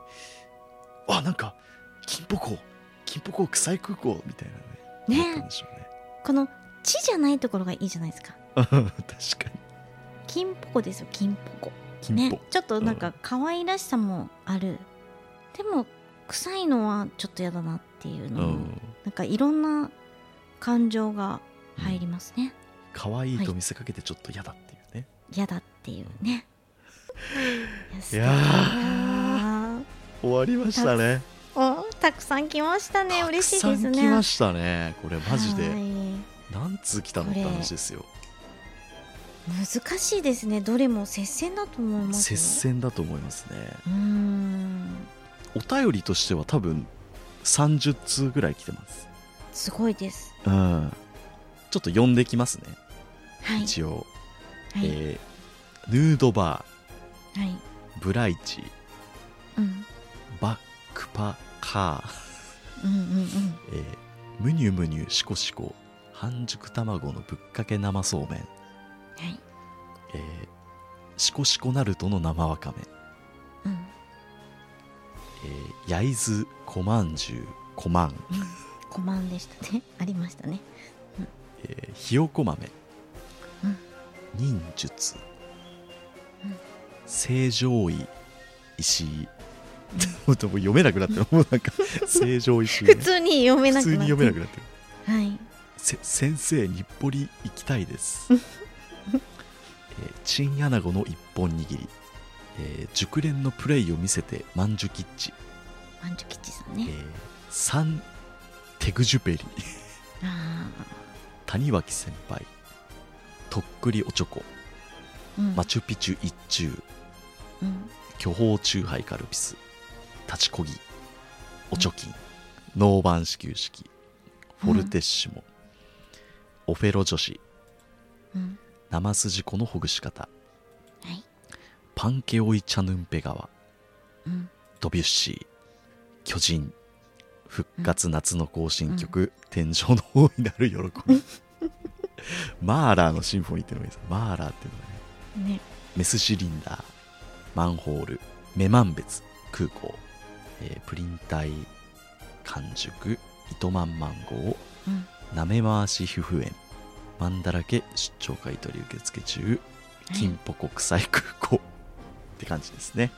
あなんか金浦港金浦港臭い空港みたいなねね思ったんでしょうね *laughs* この地じゃないところがいいじゃないですか。確かに金ポコですよ金ポコ金浦、ねちょっとなんか可愛らしさもある、でも臭いのはちょっと嫌だなっていううのも、んなんかいろんな感情が入りますね可愛いと見せかけてちょっと嫌だっていうね、嫌だっていうねいいややーー終わりましたねおたくさん来ましたねたく嬉しいさですんね来ましたねこれマジはでい何通来たのって話ですよ難しいですねどれも接戦だと思います接よ戦だと思いますねうーんお便りとしては多分30通ぐらい来てますすごいですうんちょっと読んできますねはい一応、はい、えーヌードバはいーブライチうんバックパカうんうんうんー、えームニュムニュシコシコ半熟卵のぶっかけ生そうめん、はい。えーシコシコナルトの生わかめ、うん。えー、焼津コマンジュコマン、コマンでしたね。 *laughs* ありましたね。えーひよこ豆、うん忍術、うん正常位石井もう読めなくなってるもう *laughs* なんか正常石井、ね普、通に読めな普く通なっにて読めなくなってるはい。せ先生日暮里行きたいです、えー、チンアナゴの一本握り、えー熟練のプレイを見せてまんじゅキッチ、マンチョ吉さんえね。ーサンテグジュペリあ谷脇先輩とっくりおちょこあ。うん。マチュピチュ一中うん。巨峰チューハイカルピス立ちこぎおちょきんノーバン始球式フォルテッシモ、オフェロ女子うん。生筋子のほぐし方はい。パンケオイ・チャヌンペ川うん。ドビュッシー巨人復活夏の行進曲、天井の方になる喜び *laughs* マーラーのシンフォニーっていうのがいいですマーラーっていうのがねね。メスシリンダーマンホール女満別空港、えープリン体完熟糸満マンゴうん。ーなめ回し皮膚炎マンだらけ出張買取受付中金浦国際空港って感じですね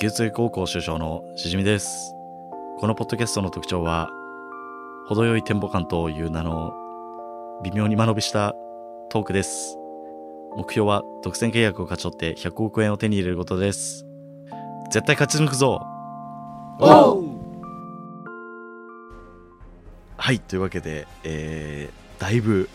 九州高校首相のしじみですこのポッドキャストの特徴は程よいテンポ感という名の微妙に間延びしたトークです目勝は独占契約を勝ち取って100億円を手に入れることです絶対勝ち抜くぞおはいというわけで、えーだいぶ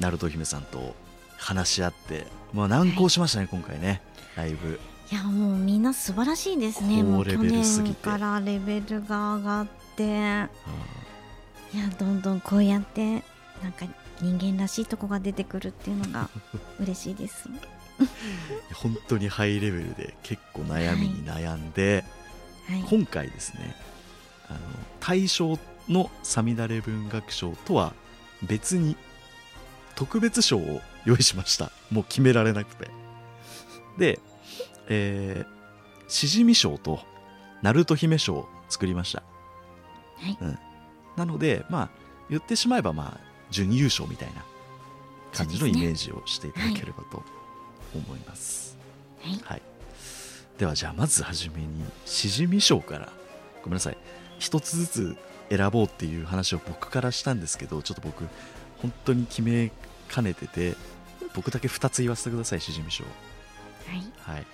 ナルト姫さんと話し合って、まあ、難航しましたね、今回ねだいぶいやもうみんな素晴らしいですね。高もうレ去ベルすぎ年てからレベルが上がって、いやうどんどんこうやってなんか人間らしいとこが出てくるっていうのが嬉しいです。本当にハイレベルで結構悩みに悩んで、はい今回ですねあの大賞の五月雨文学賞とは別に特別賞を用意しましたもう決められなくてで、えーしじみ賞とナルト姫賞を作りました、はいうん、なのでまあ言ってしまえばまあ準優勝みたいな感じのイメージをしていただければと思いますはいはい、ではじゃあまずはじめにしじみ賞からごめんなさい一つずつ選ぼうっていう話を僕からしたんですけどちょっと僕本当に決めかねてて僕だけ2つ言わせてくださいしじみ賞はいはい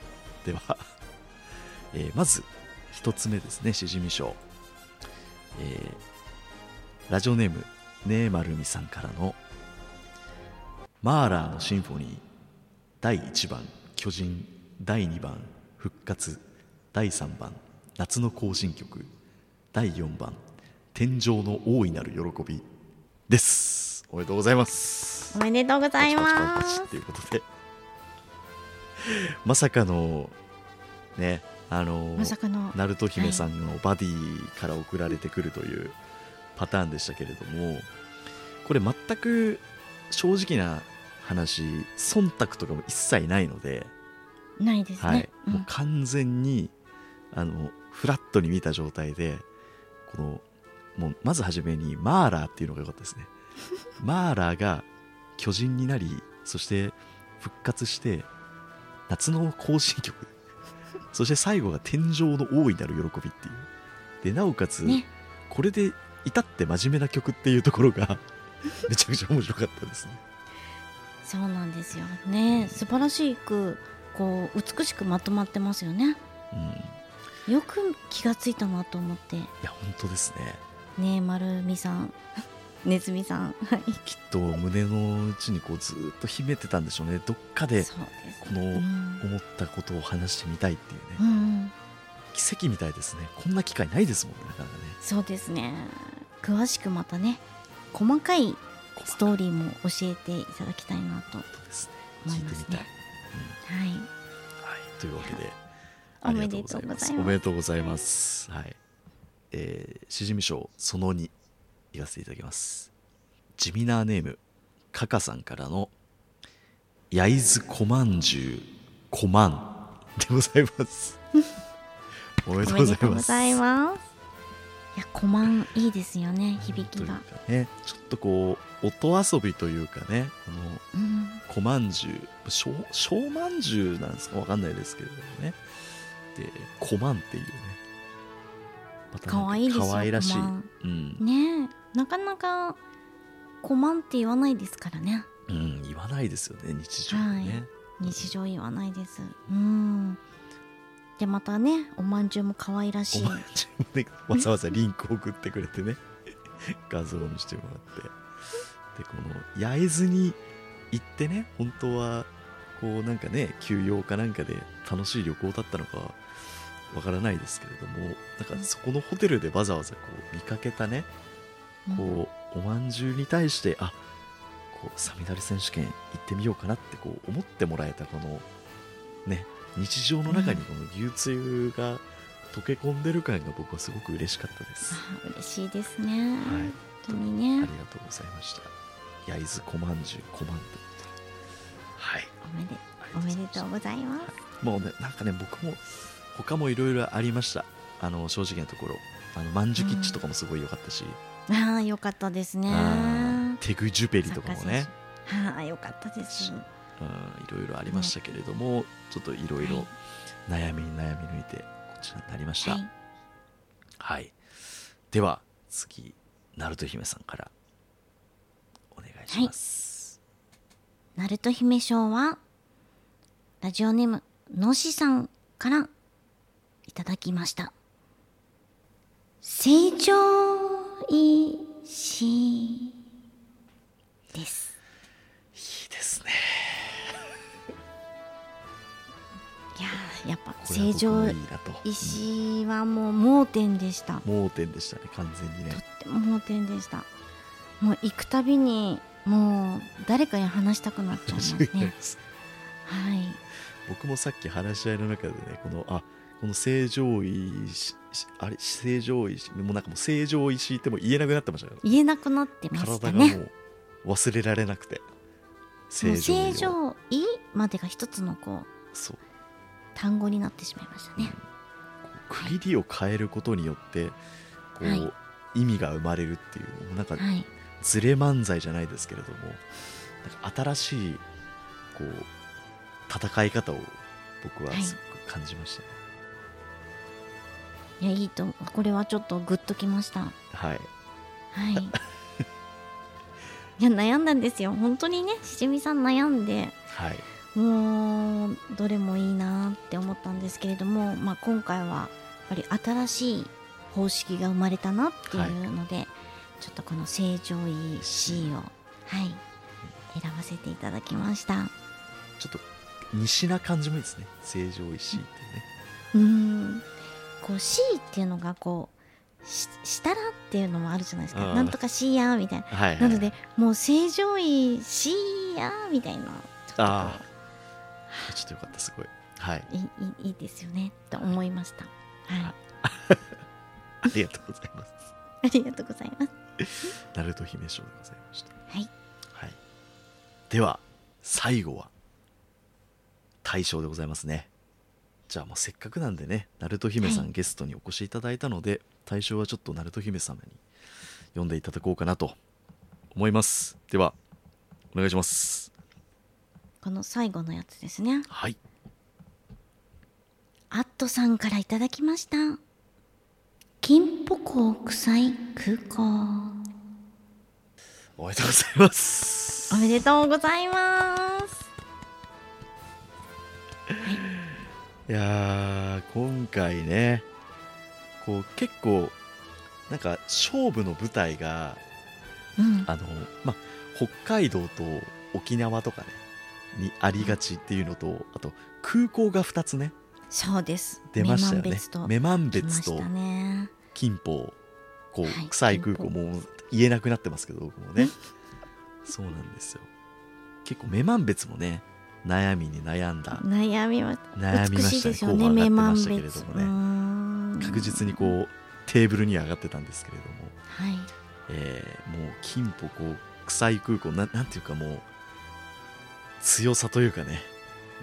では、 *laughs* えーまず1つ目ですねしじみ賞、えーラジオネームねえまるみさんからの「マーラーのシンフォニー」第1番「巨人」第2番「復活」第3番「夏の行進曲」第4番「天上の大いなる喜び」ですおめでとうございますおめでとうございまパチパチパチすパチということでまさかのねあのまさかのナルト姫さんのバディから送られてくるというパターンでしたけれどもこれ全く正直な話忖度とかも一切ないので、ないですはいね、うんもう完全にあのフラットに見た状態でこのもうまず初めにマーラーっていうのが良かった *laughs* ですねマーラーが巨人になりそして復活して夏の行進 *laughs* 曲そして最後が天井の大いなる喜びっていうでなおかつ、ねこれで至って真面目な曲っていうところがめちゃくちゃ面白かったですねそうなんですよね素晴らしくこう美しくまとまってますよねうんいよく気がついたなと思ってや本当ですねねえ丸美さん *laughs* ねずみさんはいきっと胸の内にこうずーっと秘めてたんでしょうねどっかでそうですこのうん思ったことを話してみたいっていううねん、奇跡みたいですねこんな機会ないですもんねなかなかねそうですね詳しくまたね細かいストーリーも教えていただきたいなとはことですね思聞いいてまみすねたい、いうんはい、というわけでおありめがでととうごうございざいますますおめでとうございますはいえー、しじみ賞その2言わせていただきますジミナーネームカカさんからの焼津小まんじゅう小まんでございます *laughs* おめでおとうござめでいとうごますざいますいやコマンいいですよね響きながんというかねちょっとこう音遊びというかねあのうん小まんじゅう小小まんじゅうなんですかわかんないですけれどもねで小まんっていうねまたなん可愛いですよ可愛らしい小まんうん、ねえなかなかコマンって言わないですからねうん、言わないですよね日常にね、日常言わないですうんでまたねおまんじゅうも可愛らしおいまんじゅうもねわざわざリンク送ってくれてね *laughs* 画像にしてもらってでこの焼津に行ってね本当はこうなんかね休養かなんかで楽しい旅行だったのかわからないですけれどもなんかそこのホテルでわざわざこう見かけたねこうおまんじゅうに対してあこうサミダレ選手権行ってみようかなってこう思ってもらえたこのね日常の中にこの牛つゆが溶け込んでる感が僕はすごく嬉しかったです、あ嬉しいですはね、い本当にありがねとうございました焼津小まんじゅう小まんということではいおめでありおがとうござめいでましたとうございます、もうねなんかね僕も他もいろいろありましたあの正直なところあのまんじゅうキッチとかもすごい良かったし、ああよかったですねあーテグジュペリとかもね、サッカー選手ああよかったですうんいろいろありましたけれども、ちょっといろいろ悩みに悩み抜いてこちらになりましたははい、いでは次ナルト姫さんからお願いします、ナルト姫賞はラジオネームのしさんからいただきました成長石ですいいですねいやーやっぱこれは成僕も長いいなと石はもう盲点でしたうん盲点でしたね完全にとっねても盲点でした *laughs* もう行くたびにもう誰かに話したくなっちゃいますねですはい僕もさっき話し合いの中でねこのあこの正常位ししあれ正常位しもうなんかもう正常位敷いても言えなくなってましたよね言えなくなってまし体たがもねう忘れられなくても正う常位を正常位までが一つのこうそう単語になってしまいましたね、区切りを変えることによってこう、はい意味が生まれるっていうもうなんかはいズレ漫才じゃないですけれどもなんか新しいこう戦い方を僕ははいすごく感じましたねいやいいとこれはちょっとグッときましたはい、 *laughs* はい。いや悩んだんですよ本当にねしじみさん悩んではいもうどれもいいなって思ったんですけれども、まあ、今回はやっぱり新しい方式が生まれたなっていうので、ちょっとこの成城位 C を、はい、選ばせていただきましたちょっと西な感じもいいですね成城石井っていうねうーんこう C っていうのがこうししたらっていうのもあるじゃないですあかーなんとか C やーみたいなはいはいなのでもう正常位 C やーみたいなちょっとこうああちょっとよかったすごいはいいいいいいですよねと思いました。はい、ありがとうございますありがとうございます。ナルト姫賞でございましたはい、はいでは最後は大賞でございますねじゃあもうせっかくなんでねナルト姫さはんいゲストにお越しいただいたので、大賞はちょっとナルト姫様に読んでいただこうかなと思いますではお願いしますこの最後のやつですね。はいアットさんからいただきました。金歩港臭い空港。おめでとうございますおめでとうございます。いやー今回ねこう結構なんか勝負の舞台がうん、あの、まあ、北海道と沖縄とかねにありがちっていうのとあと空港が2つねそうです。出ましたよ目満ね別と女満別と来ましたね。金峰こう、はい臭い空港金もう言えなくなってますけど僕も *laughs* ねそうなんですよ結構女満別もね悩みに悩んだ悩みは悩み美ましいしたでねすよ候ね。補上が目ってま満したけれど別。もね確実にこうーん。うテーブルには上がってたんですけれども、はい。えーもう金歩こう臭い空港ななんていうかもう強さというかね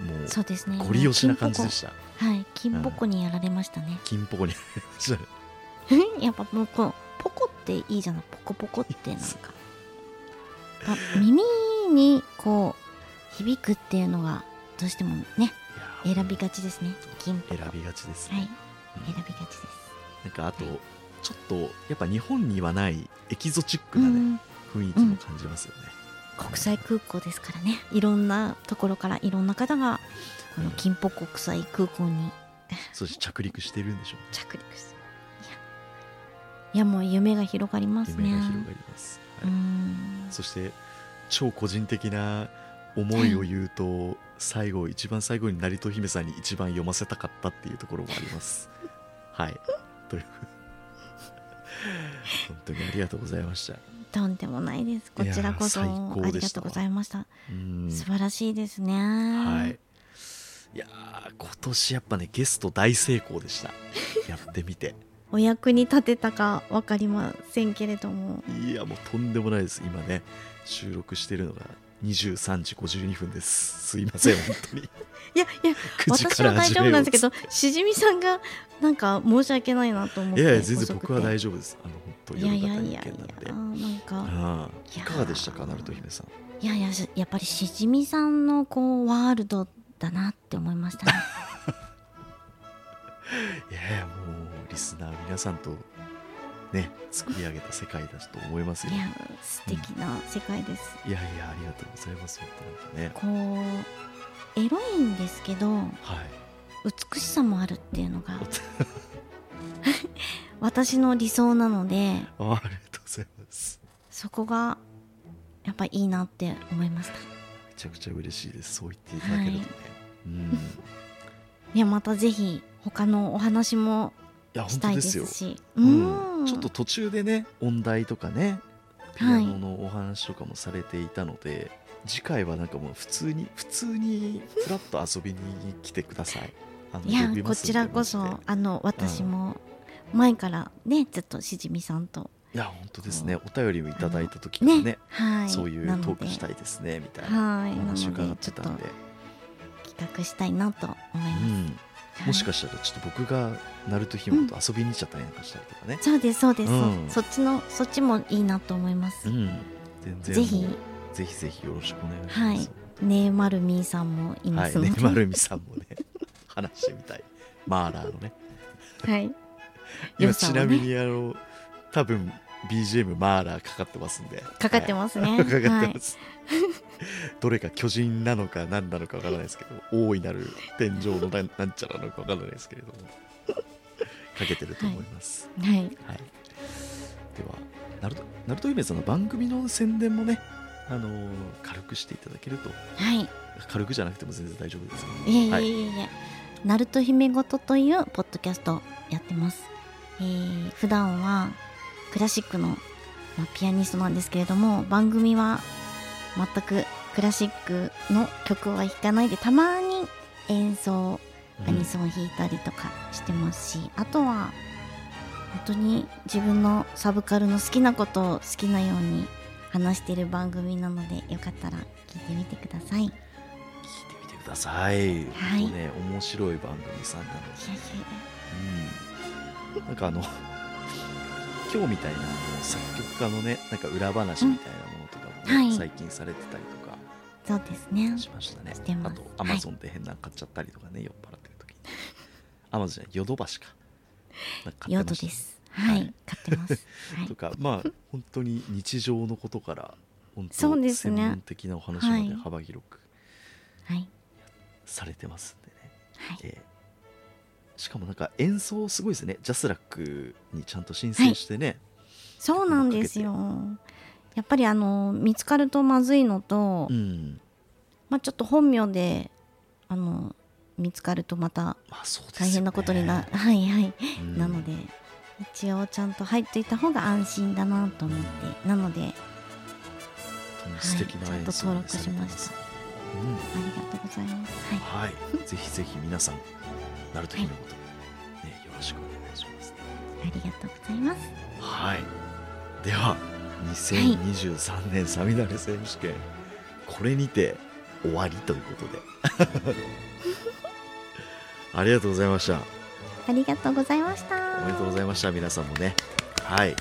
もうそうですね。ゴリ押しな感じでしたはい、金ポコにやられましたね。金歩こにそうやっぱもうこのポコっていいじゃない、ポコポコってなんか。やっぱ耳にこう響くっていうのがどうしてもねいやー選びがちですね。金ポコ。選びがちです、ねはい、うん選びがちです。なんかあとちょっとやっぱ日本にはないエキゾチックなうね、ん雰囲気も感じますよね、国際空港ですからね、いろんなところからいろんな方がこの金ポコ国際空港にそして着陸してるんでしょう着陸する。いや、いやもう夢が広がりますね。夢が広がります、はいうん。そして超個人的な思いを言うと、最後一番最後に成戸姫さんに一番読ませたかったっていうところもあり *laughs* ます。はいという本当にありがとうございました。とんでもないです。こちらこそいあやー最高りでがしとたうございました。うん素晴らしいですね。はい、いやー今年やっぱねゲスト大成功でした。やってみて。お役に立てたかわかりませんけれども、いやもうとんでもないです。今ね収録してるのが23時52分です。すいません本 *laughs* 当にいや *laughs* いや9時私からは大始丈め夫よなうんですけど、しじみさんがなんか申し訳ないなと思っいて。やいや全然僕は大丈丈夫です。あの本当いにや良いかっやた意見いやいや、なんで。なんかあいあやいかがでしたか、ナルト姫さん。いやいややっぱりしじみさんのこうワールドだなって思い *laughs* ましたね。いやいやもうリスナー皆さんとね作り上げた世界だと思いますよ。いいやや素敵な世界です。いやありがとうございます本当なんかね。こうエロいんですけどはい。美しさもあるっていうのがおつ私の理想なのであありがとうございます。そこがやっぱいいなって思いましためちゃくちゃ嬉しいです。そう言っていただけるとね。はいうん。いいやまたぜひ他のお話もや本し当たいでですよす。しうんうんちょっと途中でね音大とかねピアノのお話とかもされていたので、次回はなんかもう普通に普通にフラッと遊びに来てくださいあのいや呼びまこすんでちらこそマジであの私も前からねずっとしじみさんといや本当ですねお便りをいただいた時からねねはいそういうなトのーでクしたいですねみたいなはいおなの話でち伺っょってとたんで、企画したいなと思いまうす、ん、はいもしかしたらちょっと僕がナルトヒモと遊びに行っちゃったりなんかしたりとかね、そうですそうです、うんそっちのそっちもいいなと思います、うん全然ぜひもうぜひぜひよろしくお願いします、ねえまるみーさんもいまはい、すので、ね、丸美さんもね話してみたいマーラーの *laughs* ねはい今良さをちねなみにあの多分 BGM マーラーかかってますんでかかってまますすねかかはってまいす、 *laughs* どれか巨人なのか何なのかわからないですけど大いなる天井のなんなんちゃらなのかわからないですけ *laughs* れどもかけてると思います、はいはい、ではナルトナルト姫さんの番組の宣伝もね、あのー軽くしていただけるとはい軽くじゃなくても全然大丈夫ですけどいえいえいはえいいえ、ナルト姫ごとというポッドキャストをやってます、えー普段はクラシックの、まあ、ピアニストなんですけれども番組は全くクラシックの曲は弾かないでたまに演奏アニソンを弾いたりとかしてますし、あとは本当に自分のサブカルの好きなことを好きなように話してる番組なのでよかったら聞いてみてください。聞いてみてください、はい本当ね面白い番組さんなので、うん、なんかあの *laughs* 今日みたいなあの作曲家のねなんか裏話みたいなものとかもね、うんはい最近されてたりとかそうですね。しましたねしてあますとアはいマゾンで変なの買っちゃったりとかね、酔っ払ってる時にアマゾンじゃないヨドバシかなんか買用ってま途したでねす。はい、はい買って *laughs* ます。はいと、かまあ本当に日常のことから本そう当です専ね門的なお話まはいで幅広くはい、されてますんでね、はい、えーしかもなんか演奏すごいですねジャスラックにちゃんと申請してね、そうなんですよ。やっぱりあの見つかるとまずいのと、うんまあちょっと本名であの見つかるとまたまあそうですよね大変なことにな、はいはい、うんなので一応ちゃんと入っといた方が安心だなと思ってなのであ本当に素敵な演奏をねはいちゃんと登録しましたされてますうんりがとうございます。はい、はい、ぜひぜひ皆さん、なると姫のこと、ね、よろしくお願いしますね。ありがとうございます。はい、では、2023年サミダレ選手権、これにて終わりということで。 *laughs* ありがとうございました。ありがとうございました。おめでとうございました、皆さんもね。はい。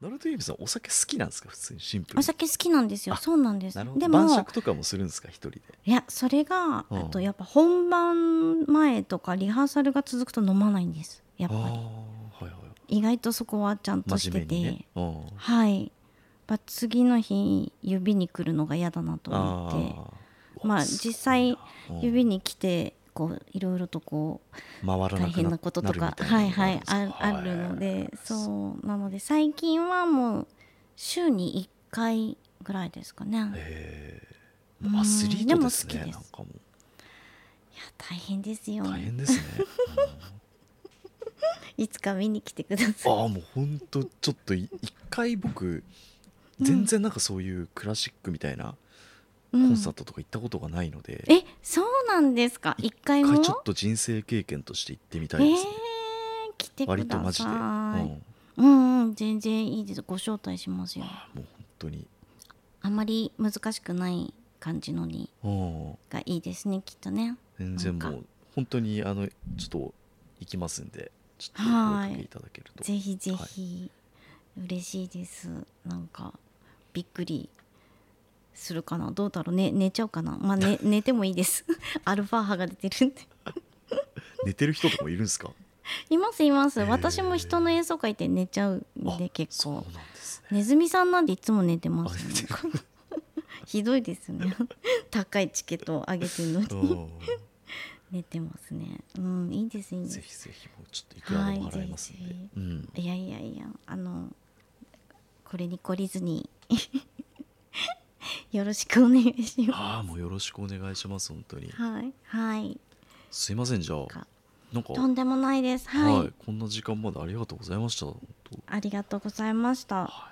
ナルトユミさん、お酒好きなんですか、普通にシンプルおに。酒好きなんですよ。あそうなんですなる。ほでど。も晩酌とかもするんですか、一人で。いやそれが、うんあとやっぱ本番前とかリハーサルが続くと飲まないんですやっああー、ぱはいはい。り意外とそこはちゃんとし真面目てて、にね。うんはいやっぱ次の日指に来るのが嫌だなと思ってあーまあうわすごい実際なうん指に来てこういろいろとこう回らなくな大変なこととかなるみたはないのがはいあんるですかあるのでそうなので最近はもう週に1回ぐらいですかね。へえもうアスリートですねうんでも好きですなんかもういや大変ですよ大変 *laughs* ですね、いつか見に来てください。うんああもうほんとちょっとい一回僕全然なんかそういうクラシックみたいなココンサートとか行ったことがないので、えそうなんですか一回一も回ちょっと人生経験として行ってみたいですね、えー、来てください割とマジで、うん、もうんうん全然いいですご招待しますよう本当に、あまり難しくない感じのにうん、がいいですねきっとね全然もなう本当にあのちょっと行きますんでちょっとおは声いかけいただけるとぜひぜひ、嬉しいですなんかびっくりするかなどうだろうね寝ちゃうかなまあ、 *laughs* ね、寝てもいいです *laughs* アルファ波が出てるんで寝てる人とかもいるんですかいますいますへー私も人の演奏会って寝ちゃうんであ結そうな構んですねネズミさんなんていつも寝てますよねあ *laughs* ひどいです *laughs* ね高いチケットを上げてるのにう寝てますねうんいいですいいんでぜすひぜひもうちょっといくらでも払いますんで、はいぜひぜうん、いやいやいやあのこれに懲りずに *laughs* よろしくお願いしまああもうよろしくお願いします本当にす。はい、はい、すいませんじゃあかなんかとんでもないです。は、はいい、こんな時間までありがとうございました本当ありがとうございました。は